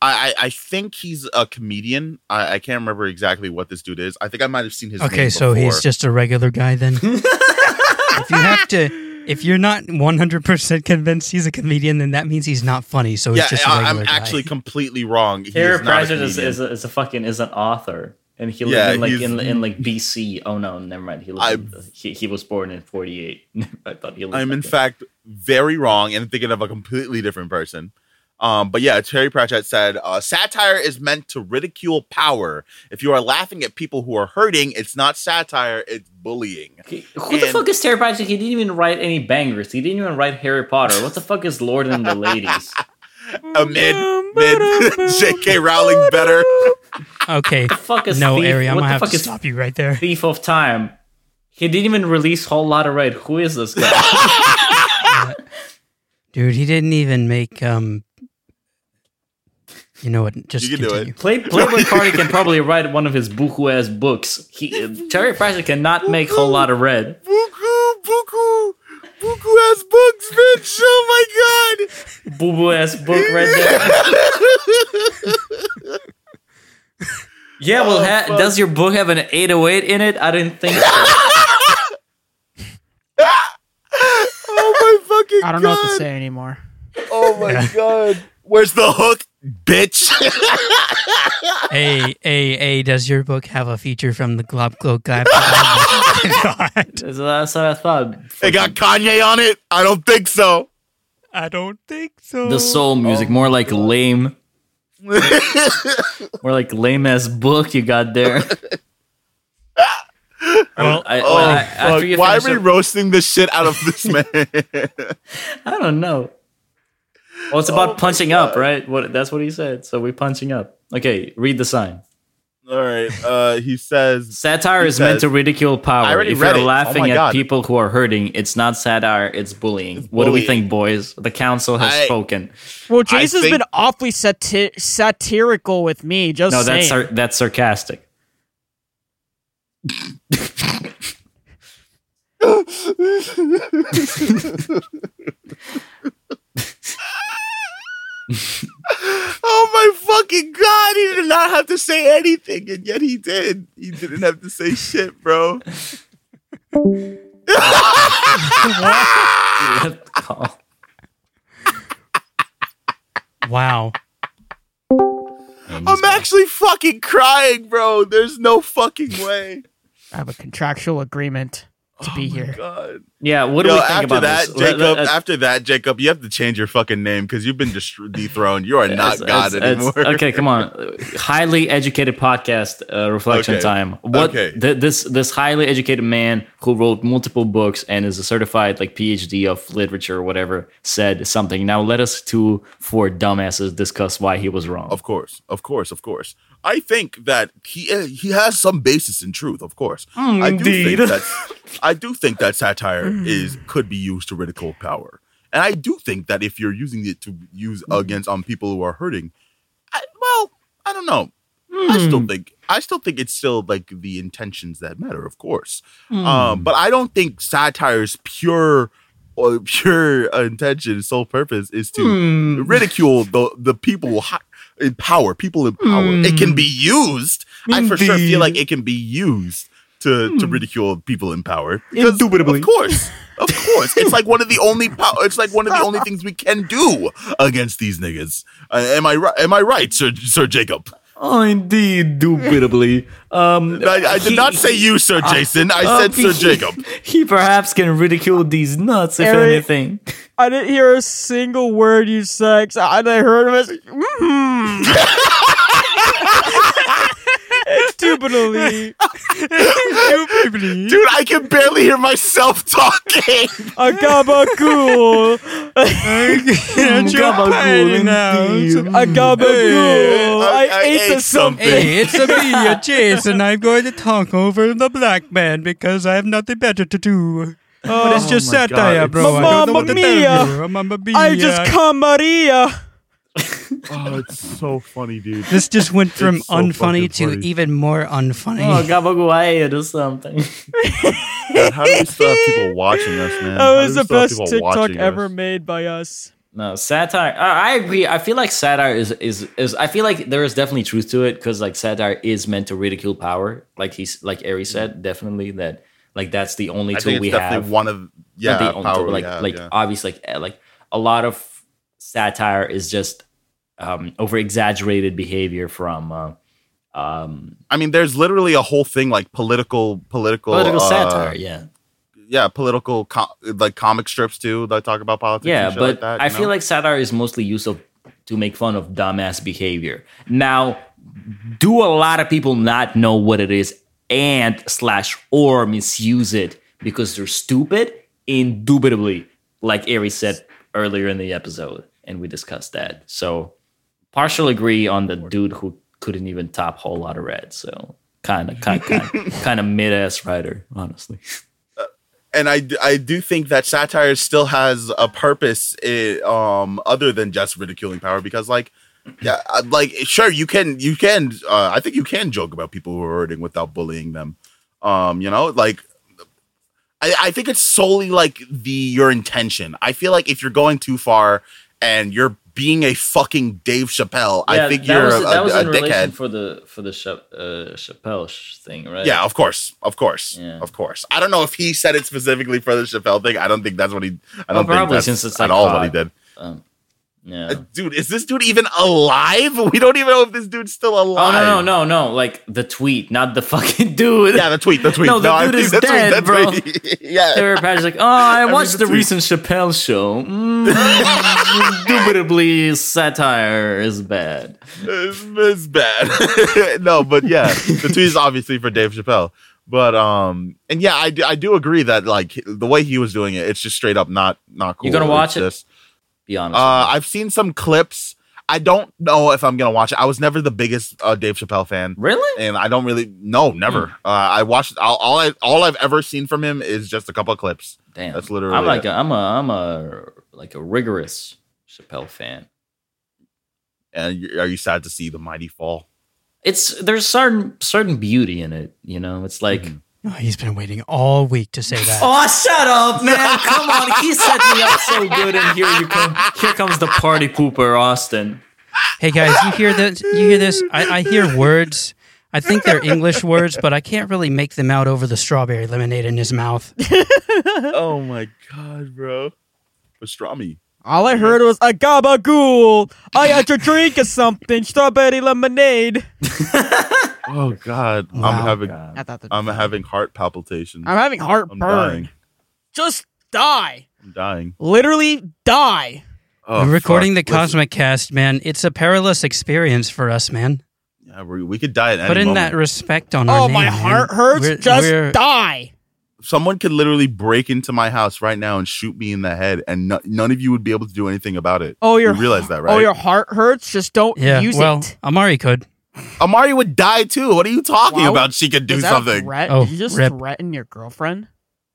I, I, I think he's a comedian. I, I can't remember exactly what this dude is. I think I might have seen his. Okay, name so before. he's just a regular guy then. if you have to, if you're not 100 percent convinced he's a comedian, then that means he's not funny. So Yeah, he's just a I, regular I'm guy. actually completely wrong. He Terry is not a Pratchett is, comedian. is, a, is a fucking is an author, and he lived Yeah, in like he's- in, in like BC. Oh no, never mind. He lived in, he, he was born in forty eight. I thought he lived. I'm back in then. fact very wrong and thinking of a completely different person. Um, but yeah, Terry Pratchett said, uh, satire is meant to ridicule power. If you are laughing at people who are hurting, it's not satire, it's bullying. He- Who the And- fuck is Terry Pratchett? He didn't even write any bangers. He didn't even write Harry Potter. What the fuck is Lord and the Ladies? A mid, mid J.K. Rowling better. okay. fuck is no, thief? Ari, I'm What gonna the have fuck to is- stop you right there. Thief of Time. He didn't even release Whole Lotta Red. Who is this guy? Dude, he didn't even make um you know what? Just You can do continue. Play, Playboy Cardi can probably write one of his buku ass books. He, uh, Terry Pratchett cannot make Whole Lotta Red. Buku, Buku, Buku has books, bitch. Oh my god. Boo boo ass book right there. yeah, well, ha- does your book have an 808 in it? I didn't think so. Oh my fucking god. I don't know what to say anymore. Oh my god. Where's the hook, bitch? A A A. Does your book have a feature from the Glob Cloak guy? God, That's, that's what I thought. they got Kanye on it? I don't think so. I don't think so. The soul music, more like lame. more like lame ass book you got there. Well, I, Oh, well, I- fuck. after you why are finish we it- roasting the shit out of this man? I don't know. Well, it's about punching up, right? What that's what he said. So we're punching up. Okay, read the sign. All right. Uh, he says, Satire He is meant says- to ridicule power. I already if read you're it. Oh laughing my at God. people who are hurting, it's not satire, it's bullying. What do we bullying. think, boys? The council has I- spoken. Well, Jason's think- been awfully sati- satirical with me. Just No, saying. that's sar- that's sarcastic. oh my fucking god! He did not have to say anything, and yet he did. He didn't have to say shit, bro. Left call. Wow. And he's I'm actually fucking crying, bro. There's no fucking way. I have a contractual agreement to be here. Oh God. Yeah, what do Yo, we think after about that, this? Jacob. Let- uh, let- after that, Jacob, you have to change your fucking name because you've been destr dethroned. You are not it's- God it's- it's- anymore. okay, come on. Highly educated podcast uh, reflection Okay. time. What Okay. th- this this highly educated man who wrote multiple books and is a certified like PhD of literature or whatever said something. Now let us two four dumbasses discuss why he was wrong. Of course, of course, of course. I think that he uh, he has some basis in truth. Of course, I do Mm, indeed. Hmm. Think that, I do think that satire is could be used to ridicule power, and I do think that if you're using it to use Hmm. against on people who are hurting, I, well, I don't know. I still think I still think it's still like the intentions that matter, of course. Um, but I don't think satire's pure or pure intention, sole purpose is to ridicule the the people hi- in power, people in power. It can be used. I for sure feel like it can be used to to ridicule people in power. Because, Indubitably. of course, of course, it's like one of the only pow- It's like one of the only things we can do against these niggas. Uh, am I right? Am I right, Sir Sir Jacob? Oh, indeed, dubitably. Um, I, I did he- not say you, Sir Ah. Jason. Oh, I said Sir Jacob. He perhaps can ridicule these nuts, if Eric- anything. I didn't hear a single word you sex. I, I "Mm-hmm." heard him as Indubitably. Indubitably. Dude, I can barely hear myself talking. Agabagool. Gabagool, indeed. Mm. Agabagool. I- I, I ate, ate the something. Hey, it's a me, a Jason. I'm going to talk over the black man because I have nothing better to do. but it's just Oh my God, satire, it's- bro. I don't know what to Mamma tell mia. you. Mamma I mia. just come Maria. Oh, it's so funny, dude. This just went from It's so fucking unfunny to funny. even more unfunny. Oh, Gabaguay or something. how do we still have people watching us, man? That was the best TikTok ever made by us. No satire. I, I agree. I feel like satire is is is. I feel like there is definitely truth to it because like satire is meant to ridicule power. Like he's like Ari said, definitely that like that's the only Mm. I tool think we it's definitely have. one of yeah, Not the only power tool, we like have, like yeah. obviously like eh, like a lot of satire is just um over exaggerated behavior from uh, um I mean, there's literally a whole thing like political, political, political uh, satire. Yeah. Yeah, political, com- like comic strips too that talk about politics. yeah, and shit but like that, I you feel know? like satire is mostly used of, to make fun of dumbass behavior. Now, do a lot of people not know what it is and slash or misuse it because they're stupid? Indubitably, like Ari said earlier in the episode, and we discussed that. So, partial agree on the dude who couldn't even top whole lot of red. So, kind of, kind of, kind of mid ass writer, honestly. and I, d- I do think that satire still has a purpose eh, um other than just ridiculing power because like yeah I- like sure you can you can uh, I think you can joke about people who are hurting without bullying them um you know like I, I think it's solely like the your intention I feel like if you're going too far and you're being a fucking Dave Chappelle I think you're was, a, that was a in relation dickhead for the for the Cha- uh, Chappelle sh- thing, right? yeah, of course, of course, Yeah. of course. I don't know if he said it specifically for the Chappelle thing. I don't think that's what he. I Well, don't think probably that's since it's, at like, all what he caught. did. Um, yeah. Uh, Dude, is this dude even alive? We don't even know if this dude's still oh alive. no no no no! Like the tweet, not the fucking dude. Yeah, the tweet, the tweet. No, the I dude mean, is the tweet, dead, the bro. tweet. yeah, Sarah Patrick's like, oh, I mean, watched the the tweet. recent Chappelle show. Mm, Indubitably, satire is bad. it's, it's bad. no, but yeah, the tweet is obviously for Dave Chappelle. But um, and yeah, I do, I do agree that like the way he was doing it, it's just straight up not not cool. You gonna watch It's it? just- Be honest. Uh, I've seen some clips. I don't know if I'm gonna watch it. I was never the biggest uh, Dave Chappelle fan, really? and I don't really no, never. Uh, I watched all, all I all I've ever seen from him is just a couple of clips. Damn. that's literally I'm like it. a, I'm a I'm a like a rigorous Chappelle fan. And you- are you sad to see the mighty fall? It's there's certain certain beauty in it. You know, it's Mm-hmm. like. Oh, he's been waiting all week to say that. Oh, shut up, man! Come on, he set me up so good, and here you come. Here comes the party pooper, Austin. Hey guys, you hear this? You hear this? I, I hear words. I think they're English words, but I can't really make them out over the strawberry lemonade in his mouth. oh my god, bro. Pastrami. All I heard was a gabagool. I had to drink or something. Strawberry lemonade. Oh god, Wow. I'm having God. I thought that I'm having heart palpitations. I'm having I'm heartburn. dying. Just die. I'm dying. Literally die. Oh, We're recording fuck. the Listen, Cosmic Cast, man. It's a perilous experience for us, man. Yeah, we, we could die at any Put in moment. that respect on our Oh, name, my man. heart hurts. We're- Just we're- die. Someone could literally break into my house right now and shoot me in the head, and no- none of you would be able to do anything about it. Oh, your you realize that, right? Oh, your heart hurts. Just don't Yeah, use well, it. Amari could. Amari would die too. What are you talking Wow. about? She could do Was that a something. threat? Oh, Did you just rip. threaten your girlfriend?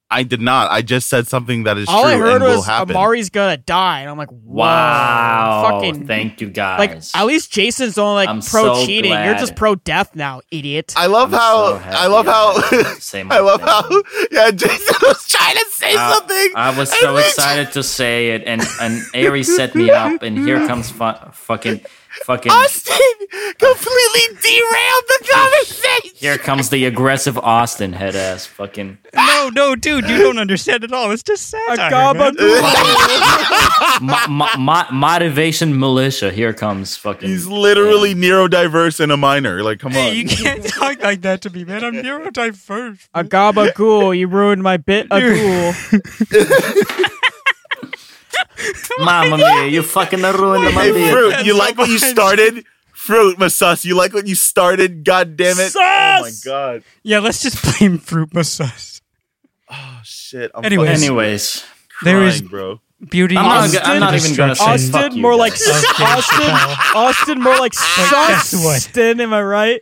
I did not. I just said something that is All true I heard and will was happen. Amari's gonna die, and I'm like, whoa, Wow. fucking Thank you guys. like at least Jason's only like I'm pro so cheating. You're glad. just pro death now, idiot. I love I'm how. so happy I love I how. had to say my I love thing. how. Yeah, Jason was trying to say Uh, something. I was and so then- excited to say it, and and Ari set me up, and here comes fu- fucking fucking. Austin uh, completely derailed the conversation. Here comes the aggressive Austin head ass fucking No, no, dude, you don't understand at all. It's just A satire. man. gabagool. mo- mo- mo- motivation militia. Here comes fucking. He's literally neurodiverse and a minor. Like, come on. Hey, you can't talk like that to me, man. I'm neurodiverse. A gabagool. You ruined my bit. A ghoul. Mamma mia, you fucking ruined my Hey, beer. fruit, you like what you started? Fruit, Masas, you like what you started? God damn it. Oh my Sus! god. Yeah, let's just blame fruit massage. Oh shit. I'm Anyways. fucking Anyways, crying, There is bro. beauty. I'm not in go- I'm not even gonna say destruction. fuck Austin you more guys. like Okay, Austin. Austin more like guess what? Austin. Am I right?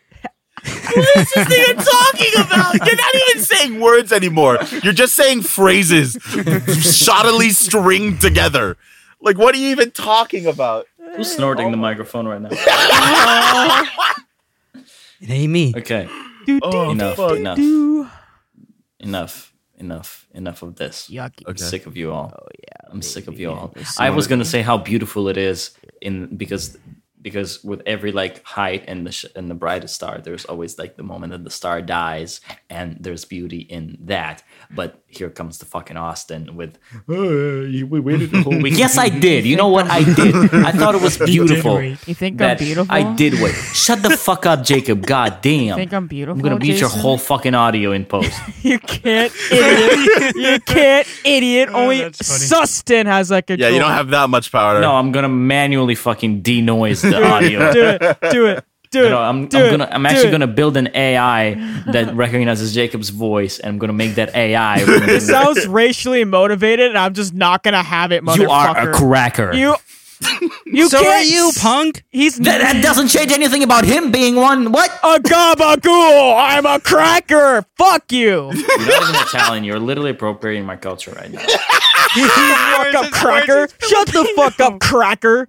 What is this nigga talking about? You're not even saying words anymore. You're just saying phrases shoddily stringed together. Like, what are you even talking about? who's snorting the microphone right now? It ain't me. Okay, Do, Oh, do, enough, fuck. enough, do. enough, enough, enough of this. Yucky. I'm Okay. sick of you all. Oh yeah, I'm sick of you all. I was gonna say how beautiful it is in because because with every like height and the sh- and the brightest star, there's always like the moment that the star dies, and there's beauty in that. But here comes the fucking Austin with "Uh, you- we waited the whole week. yes, I did. You know what? I did. I thought it was beautiful. wait. You think I'm That beautiful? I did wait. Shut the fuck up, Jacob. God damn. Think I'm beautiful? I'm Oh, gonna beat your Jason? whole fucking audio in post. You can't, idiot. you can't, idiot. Only that's funny. Sustin has that control. Yeah, you don't have that much power. No, I'm gonna manually fucking denoise the audio. Do it. Do it. Do it. No, I'm, do I'm it, gonna I'm do actually it. gonna build an AI that recognizes Jacob's voice, and I'm gonna make that AI. It sounds racially motivated, and I'm just not gonna have it, motherfucker. you are a cracker. You. You So are can't. you, punk? He's that, that doesn't change anything about him being one. What? a gabagool. I'm a cracker. Fuck you. You're not even Italian. You're literally appropriating my culture right now. fuck up, cracker. Shut the fuck up, cracker.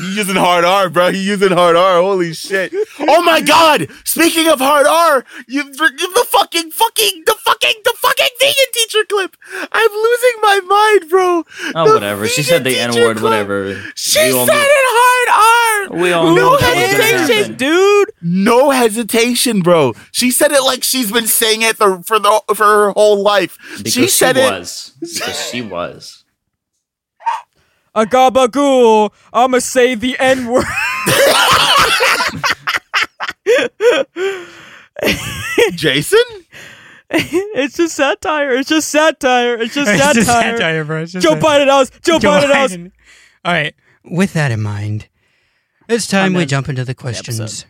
He using hard R, bro. He using hard R. Holy shit. Oh my god. Speaking of hard R, you you- the fucking fucking the fucking the fucking vegan teacher clip. I'm losing my mind, bro. Oh, The whatever. She vegan said the teacher N word. clip. Whatever. She We said all it knew- hard R. We all No knew that was gonna hesitation, happen. dude. No hesitation, bro. She said it like she's been saying it the, for the for her whole life. Because she she, said it. was. Because she was. A gabagool. I'ma say the N word. Jason? it's just satire. It's just satire. It's just It's satire. just satire, bro. It's just Joe a- Biden house. Joe, Joe Biden house. Biden. All right. With that in mind, it's time we jump into the questions.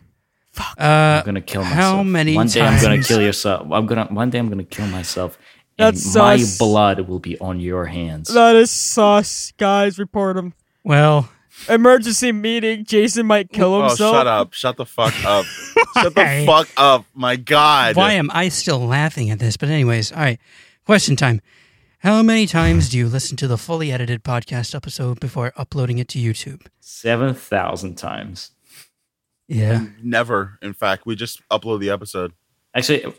Uh, I'm gonna kill myself. How many One day I'm gonna times- kill yourself. I'm gonna. One day I'm gonna kill myself. And That's my sus. blood will be on your hands. That is sauce, guys. Report him. Well, Emergency meeting. Jason might kill himself. Oh, shut up. Shut the fuck up. shut the Why? fuck up. My god. why am I still laughing at this? But, anyways, all right. Question time. How many times do you listen to the fully edited podcast episode before uploading it to YouTube? Seven thousand times. Yeah. Never. In fact, we just upload the episode. Actually,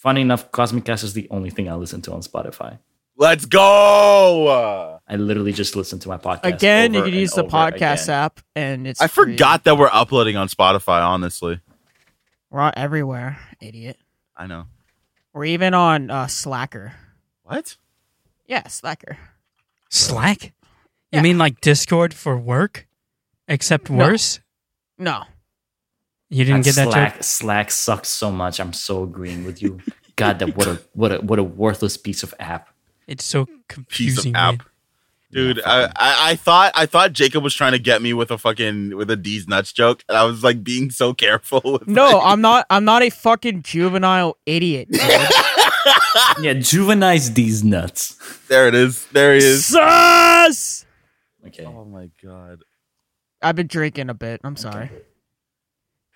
funny enough, Cosmic Cast is the only thing I listen to on Spotify. Let's go. I literally just listened to my podcast Again, you over can and use the over podcast again. app, and it's I free. forgot that we're uploading on Spotify, honestly. We're on everywhere, idiot. I know. We're even on uh, Slacker. What? Yeah, Slacker. Slack? You Yeah. mean like Discord for work? Except No. worse? No, You didn't And get that Slack, joke? Slack sucks so much. I'm so agreeing with you. God, that what a what a what a worthless piece of app. It's so confusing. Piece of man. app. Dude, I, I, I thought I thought Jacob was trying to get me with a fucking with a D's nuts joke, and I was like being so careful. With no, I'm not. I'm not a fucking juvenile idiot. dude. Ah! Yeah, juvenize these nuts. There it is. There he is. Sus! Okay. Oh my god. I've been drinking a bit. I'm sorry.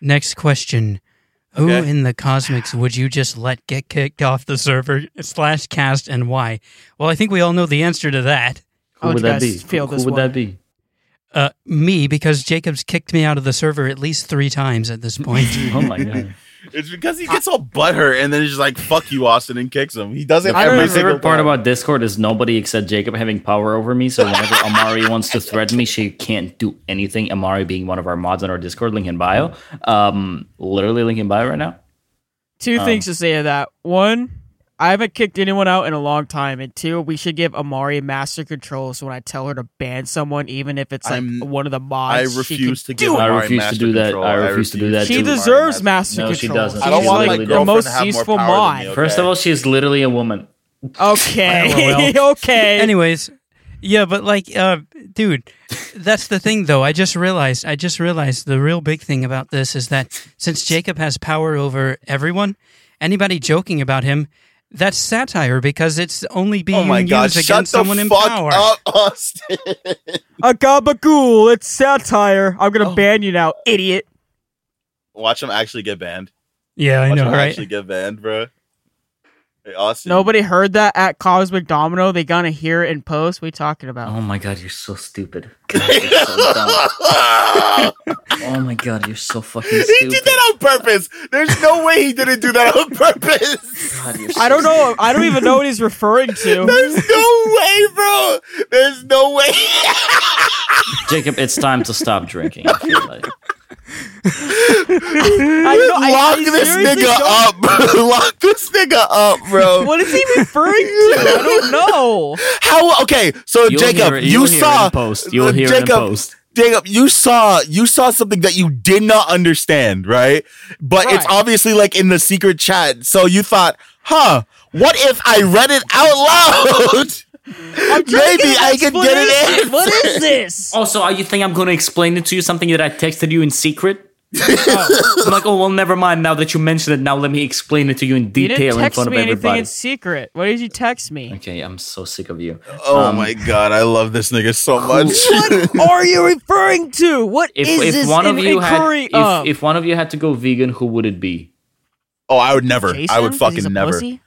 Next question. Who Okay. in the cosmics would you just let get kicked off the server slash cast and why? Well, I think we all know the answer to that. How Who would you that guys be? feel Who this would one? that be? Uh, me, because Jacob's kicked me out of the server at least three times at this point. Oh my god. It's because he gets all butthurt and then he's just like, fuck you, Austin, and kicks him. He does it I My every remember- favorite single part time. about Discord is nobody except Jacob having power over me. So whenever Amari wants to threaten me, she can't do anything. Amari being one of our mods on our Discord, link in bio. Um, literally link in bio right now. Um, Two things to say to that. One, I haven't kicked anyone out in a long time, and two, we should give Amari master controls when I tell her to ban someone, even if it's like I'm- one of the I mods. she refuse can- to give. it. I Amari refuse to master do that. control. I refuse to do that She to Amari deserves master No, control. she doesn't. I don't She's want She's my like literally the girlfriend to most have more useful power than mod. me, okay? First of all, she's literally a woman. Okay, okay. Anyways, yeah, but like, uh, dude, that's the thing though. I just realized, I just realized the real big thing about this is that since Jacob has power over everyone, anybody joking about him, that's satire because it's only being oh my used god, against shut the someone in fuck power. up, Austin. Agabagool, it's satire. I'm gonna ban you now, idiot. Watch him actually get banned. Yeah, I Watch know, him right? actually get banned, bro. Hey, Austin. Nobody heard that at Cosmic Domino. They gonna hear it in post. We talking about? Oh my god, you're so stupid. God, you're so dumb. Oh my god, you're so fucking stupid. he did that on purpose. There's no way he didn't do that on purpose. God, you're I so don't know. I don't even know what he's referring to. There's no way, bro. There's no way. stupid. Jacob, it's time to stop drinking. I feel like. I know, I- Lock I this seriously nigga don't- up, bro. Lock this nigga up, bro. What is he referring to? I don't know. How okay? So You'll Jacob, hear it- you you'll hear it saw in post. You'll uh, hear it in Jacob, post. Jacob, you saw you saw something that you did not understand, right? But Right. it's obviously like in the secret chat. So you thought, huh? What if I read it out loud? I'm trying to Maybe get an I could get an explanation. answer. What is this? Also, are you think I'm going to explain it to you something that I texted you in secret? I'm like, oh well, never mind. Now that you mention it, now let me explain it to you in You didn't detail in text front of me anything everybody. in secret. What did you text me? Okay, I'm so sick of you. Oh Um, my god, I love this nigga so much. Are you referring to? What If, is if this one of in- Um. you had inquiry if, of? if one of you had to go vegan, who would it be? oh, I would never. I Jason? would 'Cause he's a fucking never. pussy?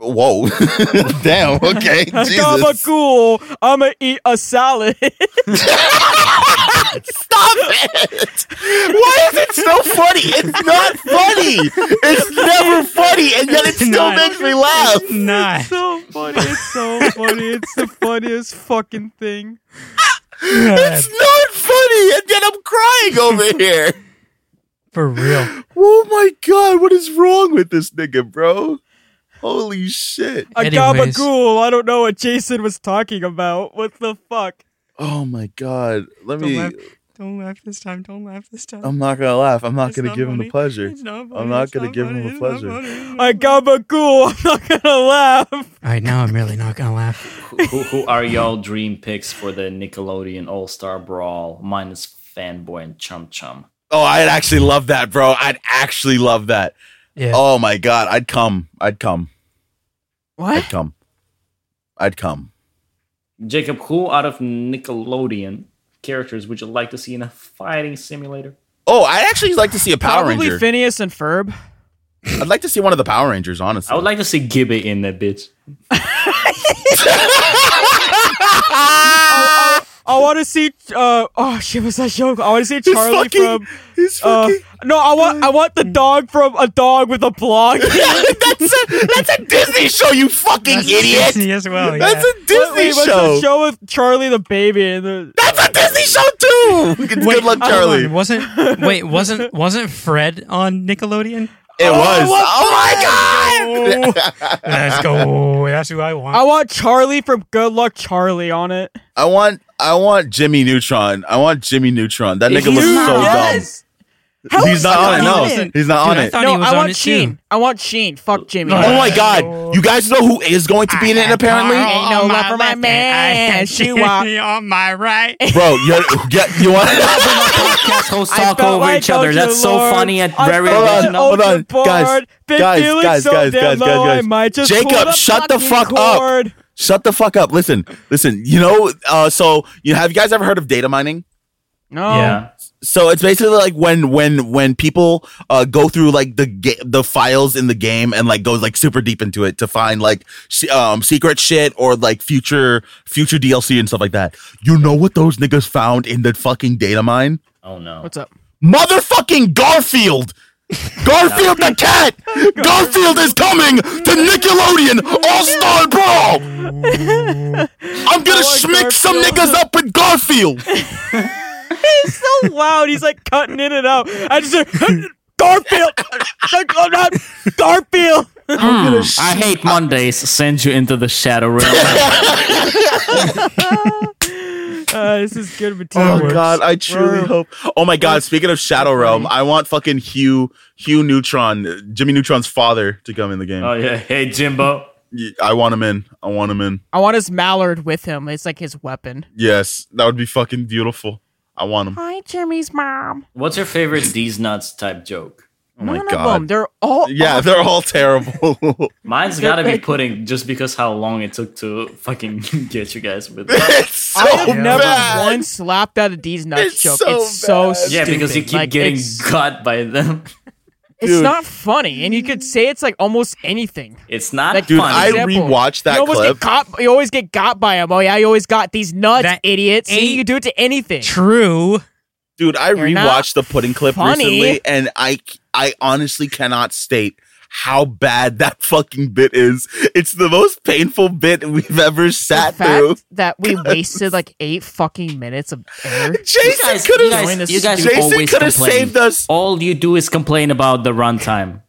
Whoa, damn. Okay, I'm a Jesus. cool. I'm gonna eat a salad. Stop it! Why is it so funny? It's not funny. It's never funny, and yet it It's still not. makes me laugh. Nah. so funny. It's so funny. It's the funniest fucking thing. It's not funny, and yet I'm crying over here. For real. Oh my god, what is wrong with this nigga, bro? Holy shit. A Anyways. gabagool. I don't know what Jason was talking about. What the fuck? Oh my god. Let Don't me laugh. Don't laugh this time. Don't laugh this time. I'm not gonna laugh. I'm not It's gonna not give him funny. the pleasure. It's not I'm funny, not it's gonna give funny, him a it's not pleasure. funny, it's not A gabagool. I'm not gonna laugh. All right, now I'm really not gonna laugh. Who, who, who are y'all dream picks for the Nickelodeon All Star Brawl? Mine is fanboy and chum chum. Oh, I'd actually love that, bro. I'd actually love that. Yeah. Oh my god, I'd come. I'd come. What? I'd come. I'd come. Jacob, who out of Nickelodeon characters would you like to see in a fighting simulator? Oh, I'd actually like to see a Power Probably Ranger. Phineas and Ferb. I'd like to see one of the Power Rangers, honestly. I would like to see Gibby Ah! in that bitch. I want to see. Uh, oh shit, was that joke? I want to see He's Charlie fucking. from. he's Uh, fucking. Mm. no, I want. I want the dog from a dog with a blog. that's a that's a Disney show, you fucking That's idiot. Disney as well. Yeah. That's a Disney Wait, what's show. the show with Charlie the baby and the. That's a Disney show too. Good Wait, luck, hold Charlie. on, wasn't wait wasn't wasn't Fred on Nickelodeon? It was. what Oh my god! Let's go. That's who I want. I want Charlie from Good Luck Charlie on it. I want I want Jimmy Neutron. I want Jimmy Neutron. That He's nigga looks so yes! dumb. How He's is not he on it. not No, on it? he's not Dude, on I it. thought he No, was I on want it Sheen. too. I want Sheen. Fuck Jimmy. Oh Oh my god! You guys know who is going to be in it? Apparently, Ain't no love for my man. She walk. on my right. bro. You're, yeah, you want? podcast hosts I talk felt over like each other. Dr. That's so Lawrence. funny and I very felt Hold like on, hold on, Overboard. guys, Been guys, feeling guys, so guys, damn guys, guys, low, I guys. might just Jacob, pull the shut the fucking fuck up. cord. Shut the fuck up. Listen, listen. You know, uh, so you have you guys ever heard of data mining? No. Yeah. so it's basically like when when when people uh go through like the ga- the files in the game and like goes like super deep into it to find like se- um secret shit or like future future DLC and stuff like that. You know what those niggas found in the fucking data mine? Oh no. What's up? Motherfucking Garfield. Garfield the cat. Garfield is coming to Nickelodeon All Star Brawl. I'm gonna like schmick some Garfield. niggas up with Garfield. He's so loud. He's like cutting in and out. I just heard, Garfield. Like, oh, not Garfield. I hate Mondays. Send you into the shadow realm. Uh, this is good material. Oh god, I truly Bro. hope. Oh my god, speaking of Shadow Realm, I want fucking Hugh Hugh Neutron, Jimmy Neutron's father to come in the game. Uh, oh yeah. Hey Jimbo. Y- I want him in. I want him in. I want his mallard with him. It's like his weapon. Yes, that would be fucking beautiful. I want him. Hi, Jimmy's mom. What's your favorite these nuts type joke? Oh my None of them. god. They're all. Yeah, they're all terrible. Mine's gotta be pudding, just because how long it took to fucking get you guys with. It. it's so I have never bad. once slapped out a D's nuts It's joke. so it's so bad. stupid. Yeah, because you keep Like, getting it's, got by them. it's Dude. not funny, and you could say it's like almost anything. It's not Like, Dude, funny. I Example. rewatched you that almost get clip. caught. You always get got by him. Oh yeah, you always got these nuts, That idiot. See, ain't you can do it to anything. True. Dude, I They're not rewatched the pudding clip funny. recently, and I I honestly cannot state how bad that fucking bit is. It's the most painful bit we've ever the sat fact through. that we wasted like eight fucking minutes of air. You Jason guys, could you have joined guys, us you guys Jason always coulda complain. saved us. All you do is complain about the runtime.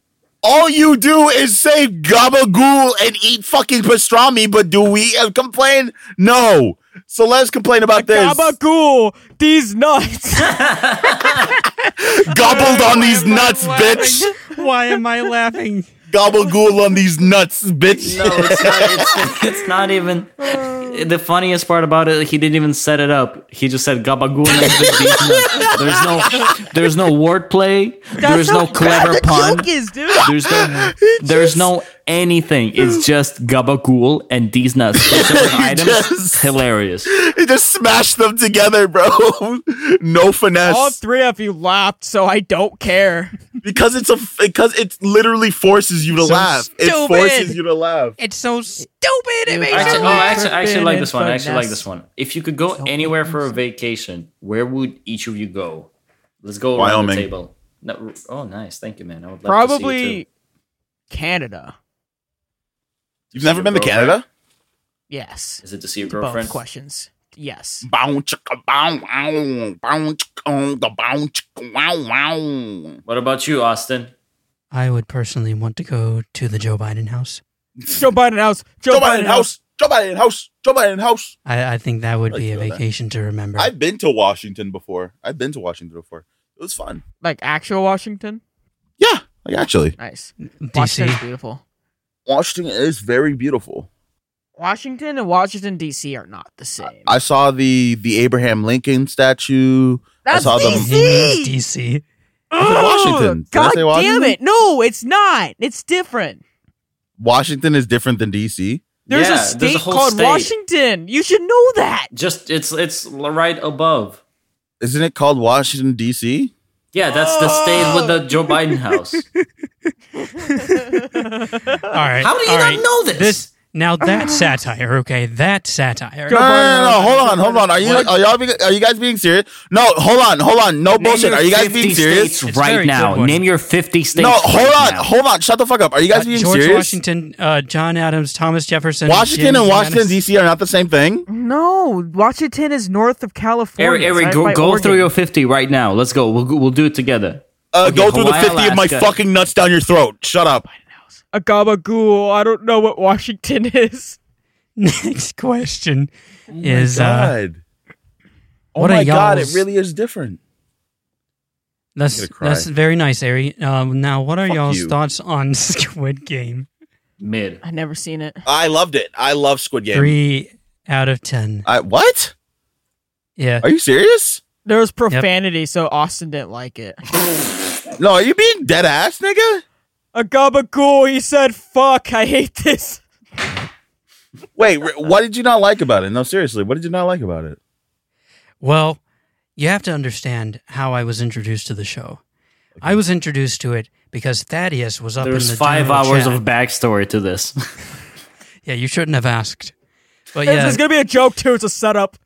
All you do is say gabagool and eat fucking pastrami, but do we uh, complain? No. So let's complain about this. Gabagool, these nuts. Gobbled on these nuts, bitch. Why am I laughing? Gabagool on these nuts, bitch. No, it's not. It's, it's not even. Oh. The funniest part about it, he didn't even set it up. He just said gabagool. and the beef nuts." There's no, there's no wordplay. There's no clever pun. joke is, dude. There's no, there's no anything. It's just gabagool and these nuts. Specific items. just- Hilarious. He just smashed them together, bro. no finesse. All three of you laughed, so I don't care. because it's a because it literally forces you to So laugh. It stupid. forces you to laugh. It's so stupid. It makes Actually, me no, I actually, I actually Trippin' like this one. I and actually like this finesse. one. If you could go anywhere for a vacation, where would each of you go? Let's go around Wyoming. the table. No, oh, nice. Thank you, man. I would love to see you Probably too. Canada. You've never Should've been to broke it. Canada? Yes. Is it to see your Both girlfriend? questions. Yes. Bow chicka bow wow, bow chicka oh, the bow chicka wow wow. What about you, Austin? I would personally want to go to the Joe Biden house. Joe Biden house. Joe, Biden, house. Joe Biden house. Joe Biden house. I, I think that would Like be a Joe Biden. vacation to remember. I've been to Washington before. I've been to Washington before. It was fun. Like actual Washington. Yeah, like actually, Nice. Washington's DC. beautiful. Washington is very beautiful. Washington and Washington D.C. are not the same. I saw the the Abraham Lincoln statue. That's I saw the- DC. It's DC. Washington. Did I God say Washington? damn it! No, it's not. It's different. Washington is different than DC. There's Yeah, a there's state a whole called state. Washington. You should know that. Just it's it's l- right above. Isn't it called Washington DC? Yeah, that's the state with the Joe Biden house. All right. How do you all not right. know this? This Now that's satire, okay? That's satire. No, no, no, no, no, hold on, hold on. Are you What? are y'all being, are you guys being serious? No, hold on, hold on. No bullshit. your Are you guys 50 being serious? States It's very right good now. one. Name your 50 states. No, hold right on, now. hold on. Shut the fuck up. Are you guys Uh, being George serious? Washington, uh, John Adams, Thomas Jefferson. Washington Jim and Washington Gaddis. D.C. are not the same thing. No, Washington is north of Eric, California. Eric It's go, right by go Oregon. through your 50 right now. Let's go. We'll, go- we'll do it together. Uh, Okay, go through Hawaii, the fifty of my Alaska. fucking nuts down your throat. Shut up. a gabagool. I don't know what Washington is. Next question is uh, oh what are my god, it y'all's- really is different. that's I'm gonna cry. that's very nice, Ari. Um, now, what are Fuck y'all's you. thoughts on Squid Game? Mid. I've never seen it. I loved it. I love Squid Game. Three out of ten. I, what? Yeah, Are you serious? There was profanity, so Austin didn't like it. No, are you being dead ass, nigga? A gabagool. He said, "Fuck, I hate this." Wait, re- what did you not like about it? No, seriously, what did you not like about it? Well, you have to understand how I was introduced to the show. I was introduced to it because Thaddeus was up in There's the five general hours chat. of backstory to this. Yeah, you shouldn't have asked. But It's- yeah, It's gonna be a joke too. It's a setup.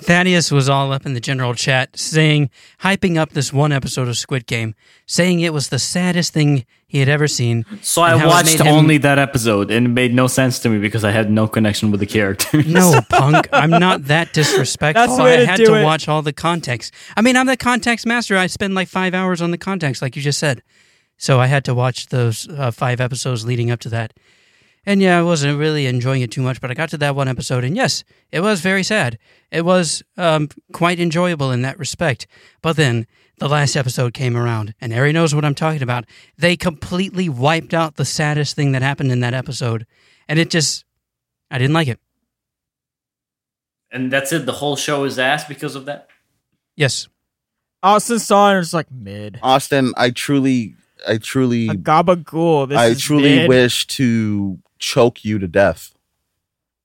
Thaddeus was all up in the general chat saying, hyping up this one episode of Squid Game, saying it was the saddest thing he had ever seen. So and I how it watched made him- only that episode and it made no sense to me because I had no connection with the character. No, punk. I'm not that disrespectful. That's the way I to had do to it. watch all the context. I mean, I'm the context master. I spend like five hours on the context, like you just said. So I had to watch those uh, five episodes leading up to that. And yeah, I wasn't really enjoying it too much, but I got to that one episode, and yes, it was very sad. It was um, quite enjoyable in that respect. But then the last episode came around, and Ari knows what I'm talking about. They completely wiped out the saddest thing that happened in that episode, and it just, I didn't like it. and that's it. The whole show is ass because of that. Yes. Austin saw it and was like, "Mid." Austin, I truly, I truly, A gabagool. Oh, This I is truly mid. wish to choke you to death.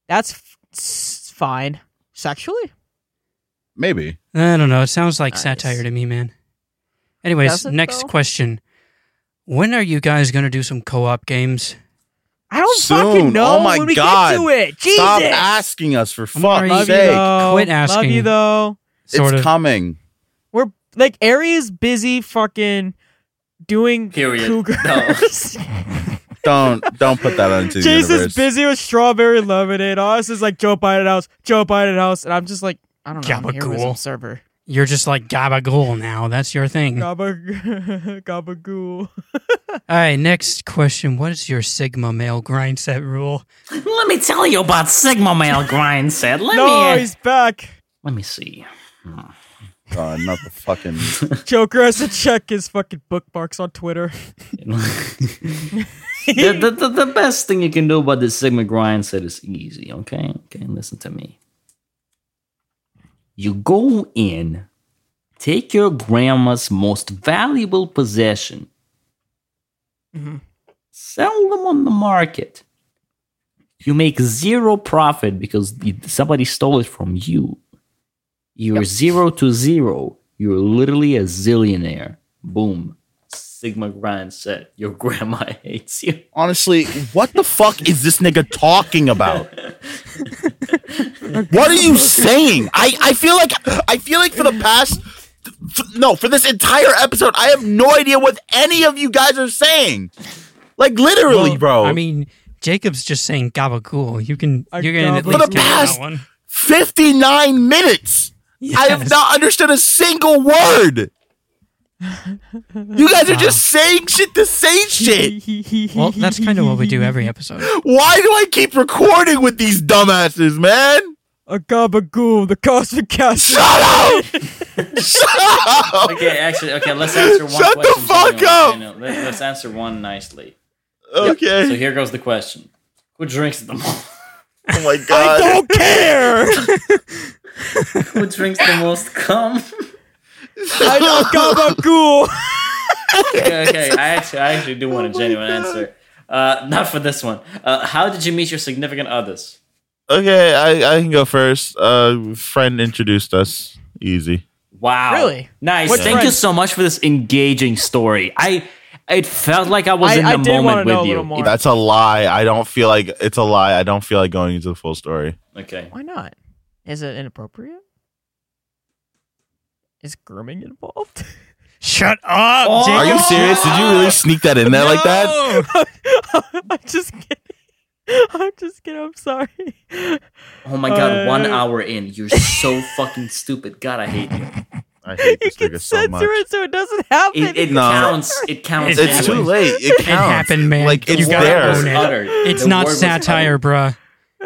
That's f- s- fine. Sexually, Maybe. I don't know. It sounds like Nice. satire to me, man. Anyways, Does it, next though? question. When are you guys going to do some co op games? I don't fucking Soon. know. Oh my when we God. get to it, Jesus. Stop asking us for already- Love fuck's you sake. though. Quit Love asking. you though. Sort it's of. coming. We're like Ari's busy fucking doing Period. cougars. Don't don't put that onto the Jason's universe. busy with strawberry lemonade. Austin's like Joe Biden house, Joe Biden house, and I'm just like, I don't know. I'm here with Gabagool. some server. You're just like gabagool now. That's your thing. All Gabag- gabagool. right, next question. What is your Sigma male grind set rule? Let me tell you about Sigma Male Grind said. Let No, me he's back. Let me see. God, Uh, not the fucking. Joker has to check his fucking bookmarks on Twitter. the, the, the, the best thing you can do about this Sigma grind set is easy, okay? Okay, listen to me. You go in, take your grandma's most valuable possession, sell them on the market. You make zero profit because you- somebody stole it from you. You're zero to zero. You're literally a zillionaire. Boom. Sigma grind set. Your grandma hates you. Honestly, what the fuck is this nigga talking about? what are you saying? I I feel like I feel like for the past. f- No, for this entire episode, I have no idea what any of you guys are saying. Like literally, bro. I mean, Jacob's just saying gabagool. You can, A you're going to at gabagool. least For the give it past- that one. 59 minutes. I have Yes. not understood a single word. You guys are just saying shit to say shit. Well, that's kind of what we do every episode. Why do I keep recording with these dumbasses, man? A gabagool, the cosmic castle. Shut up! Shut up! Okay, actually, okay, let's answer one Shut the question. fuck genuinely. up! I know, let, us answer one nicely. So Okay. here goes the question. Who drinks the most? Oh my I god. don't care. Who drinks the most cum? I know gabagool. okay, okay. I actually, I actually do want Oh a genuine answer. Uh, not for this one. Uh, how did you meet your significant others? Okay, I, I can go first. Uh, friend introduced us. Easy. Wow. Really? Nice. Which Thank you friend? so much for this engaging story. I It felt like I was I- in the I did wanna moment know a with you. little more. That's a lie. I don't feel like it's a lie. I don't feel like going into the full story. Okay. Why not? Is it inappropriate? Is grooming involved? Shut up, Oh, Jacob. Are you serious? Did you really sneak that in there like that? No. I'm just kidding. I'm just kidding. I'm sorry. Oh my god, one Uh, hour in. You're so fucking stupid. God, I hate you. I you hate this can nigga so censor much. it so it doesn't happen. It, it No. counts. It counts. It's It's too anyway. late. It counts. happened, man. Like You it's gotta there. own it. Uttered. It's The not word was satire, uttered. bruh.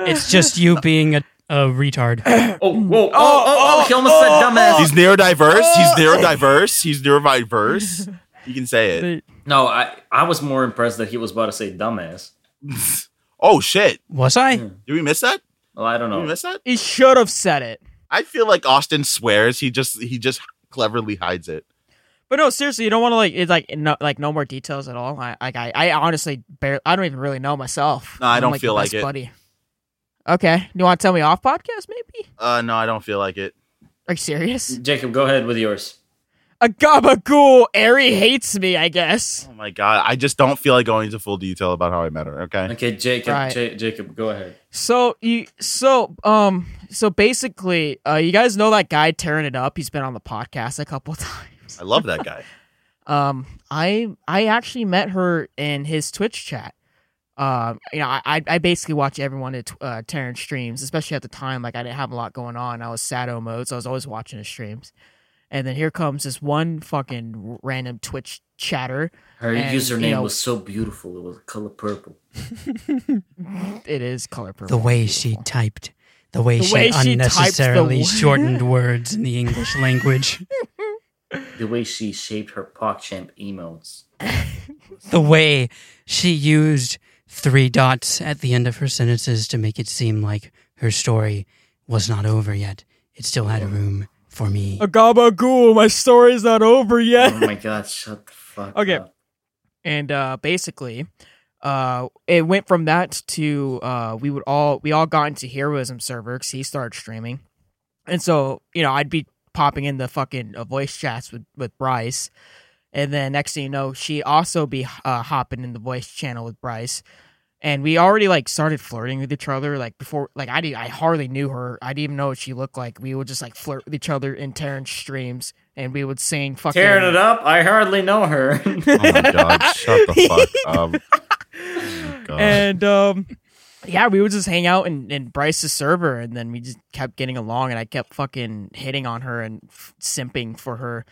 It's just you being a, a retard. Oh, whoa. Oh, oh, oh, he almost said dumbass. He's neurodiverse. He's neurodiverse. He's neurodiverse. You can say it. But- No, I, I was more impressed that he was about to say dumbass. Oh shit! Was I? Did we miss that? Well, I don't Did we know. miss that? he should have said it. I feel like Austin swears. He just he just cleverly hides it. But no, seriously, you don't want to like it's like no like no more details at all. I like I, I honestly barely I don't even really know myself. No, I I'm, don't your feel like best it. Buddy. Okay, you want to tell me off podcast? Maybe? Uh, no, I don't feel like it. Are you serious? Jacob, go ahead with yours. A gabagool. Ari hates me. I guess. Oh my god! I just don't feel like going into full detail about how I met her. Okay. Okay, Jacob, Right. Ja- Jacob, go ahead. So you so um so basically, uh, you guys know that guy tearing it up. He's been on the podcast a couple times. I love that guy. um i i actually met her in his twitch chat um you know i i I basically watch everyone at uh terran streams especially at the time like i didn't have a lot going on i was sado mode so i was always watching his streams and then here comes this one fucking random twitch chatter Her And, username you know- was so beautiful. It was color purple. it is color purple The way she typed. The way, The she way she typed the unnecessarily wo- shortened words in the English language. The way she shaped her PogChamp emotes. the way she used three dots at the end of her sentences to make it seem like her story was not over yet. It still had room for me. a gabagool my story's not over yet Oh my god, shut the fuck Okay. up. and uh, basically uh, it went from that to uh, we would all we all got into heroism server 'cause he started streaming and so you know i'd be popping in the fucking uh, voice chats with with bryce and then next thing you know she also be uh, hopping in the voice channel with bryce and we already like started flirting with each other like before like i did i hardly knew her i didn't even know what she looked like we would just like flirt with each other in terran streams and we would sing fucking Tearing it up, I hardly know her. Oh my god! Shut the fuck up. Oh my God. and um yeah we would just hang out in, in bryce's server and then we just kept getting along and i kept fucking hitting on her and f- simping for her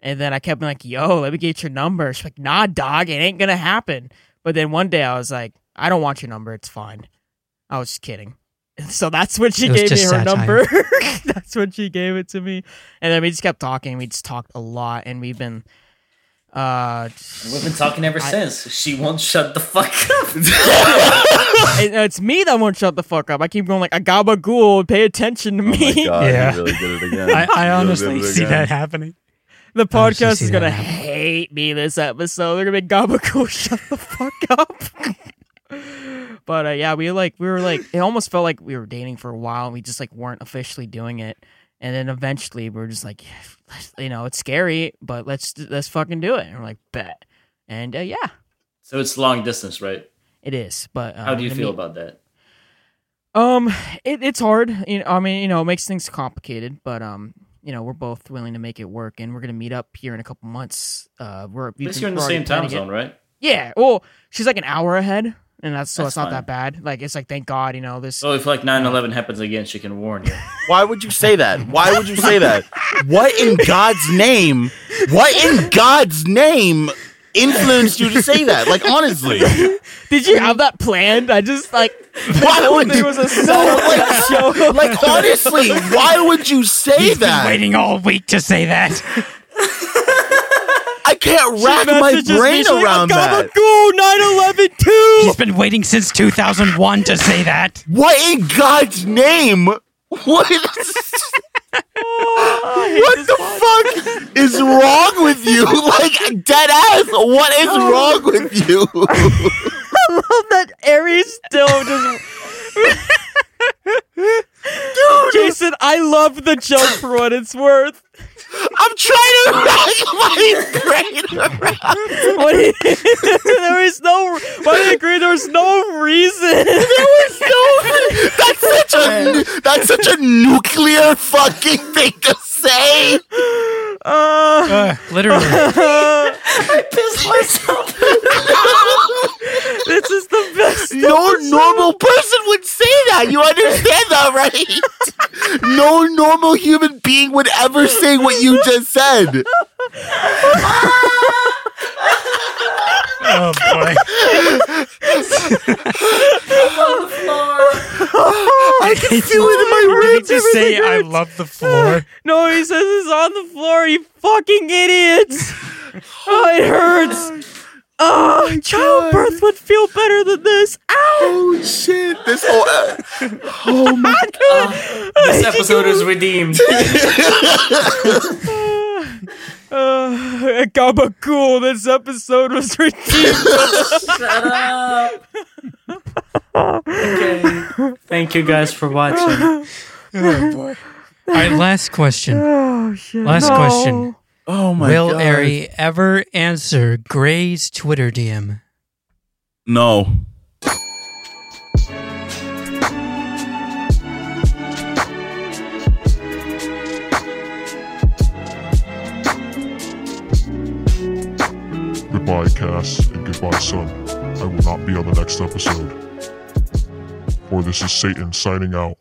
and then i kept being like yo let me get your number she's like nah dog it ain't gonna happen but then one day i was like i don't want your number it's fine i was just kidding so that's when she It was gave me just her satire. number that's when she gave it to me and then we just kept talking we just talked a lot and we've been uh We've been talking ever I- since. She won't shut the fuck up. It- uh, it's me that won't shut the fuck up. I keep going like Agaba Ghoul, pay attention to Oh my me. god! Yeah. You really did it again. You I, really I honestly did it see again. that happening. the honestly podcast see is that gonna happen. hate me this episode. They're gonna be Agaba Ghoul, shut the fuck up. but uh, yeah, we like we were like it almost felt like we were dating for a while. and We just like weren't officially doing it, and then eventually we were just like, you know, it's scary, but let's let's fucking do it. And we're like, bet. And uh, yeah, so it's long distance, right? it is. But uh, How do you I feel mean- about that? Um, it, it's hard. You know, I mean, you know, it makes things complicated, but um, you know, we're both willing to make it work, and we're gonna meet up here in a couple months. Uh, we're At we've least been- you're in the we're already same time planning zone, right? it. Yeah. Well, she's like an hour ahead, and that's so That's it's not that bad. Like it's like thank God, you know this. So if like 9-11 happens again, she can warn you. Why would you say that? Why would you say that? What in God's name? What in God's name influenced you to say that? Like honestly, Did you have that planned? I just like why would there you? was a subtle like, show. like honestly, why would you say that? Waiting all week to say that. I can't wrap my Messages me, brain she's like, "Oh, around "Agaba that. Ghoul, 9/11 too. He's been waiting since 2001 to say that. What in God's name? What? What the fuck is wrong with you? Like dead ass. What is wrong with you? love that Aries still just. Jason, I love the joke for what it's worth. I'm trying to rack my brain around. What is- there is no. Why do you agree? There's no reason. That's such a that's such a nuclear fucking thing to say. Uh, Uh, literally. Piss myself. this is the best. No normal person would say that. You understand that, right? No normal human being would ever say what you just said. oh boy. I can feel it in my Did ribs. he just say everything I hurts. love the floor? No, he says it's on the floor. You fucking idiots! Oh, it hurts. Oh, childbirth would feel better than this. Ow! Oh shit! This whole uh, oh my This episode is redeemed. Uh, Gabacool, this episode was ridiculous. Shut up. Okay. Thank you guys for watching. Oh boy. All right, last question. oh shit! Last question. oh my Will god! Airy ever answer Gray's Twitter DM? No. Goodbye, Cass, and goodbye, son. I will not be on the next episode. For this is Satan signing out.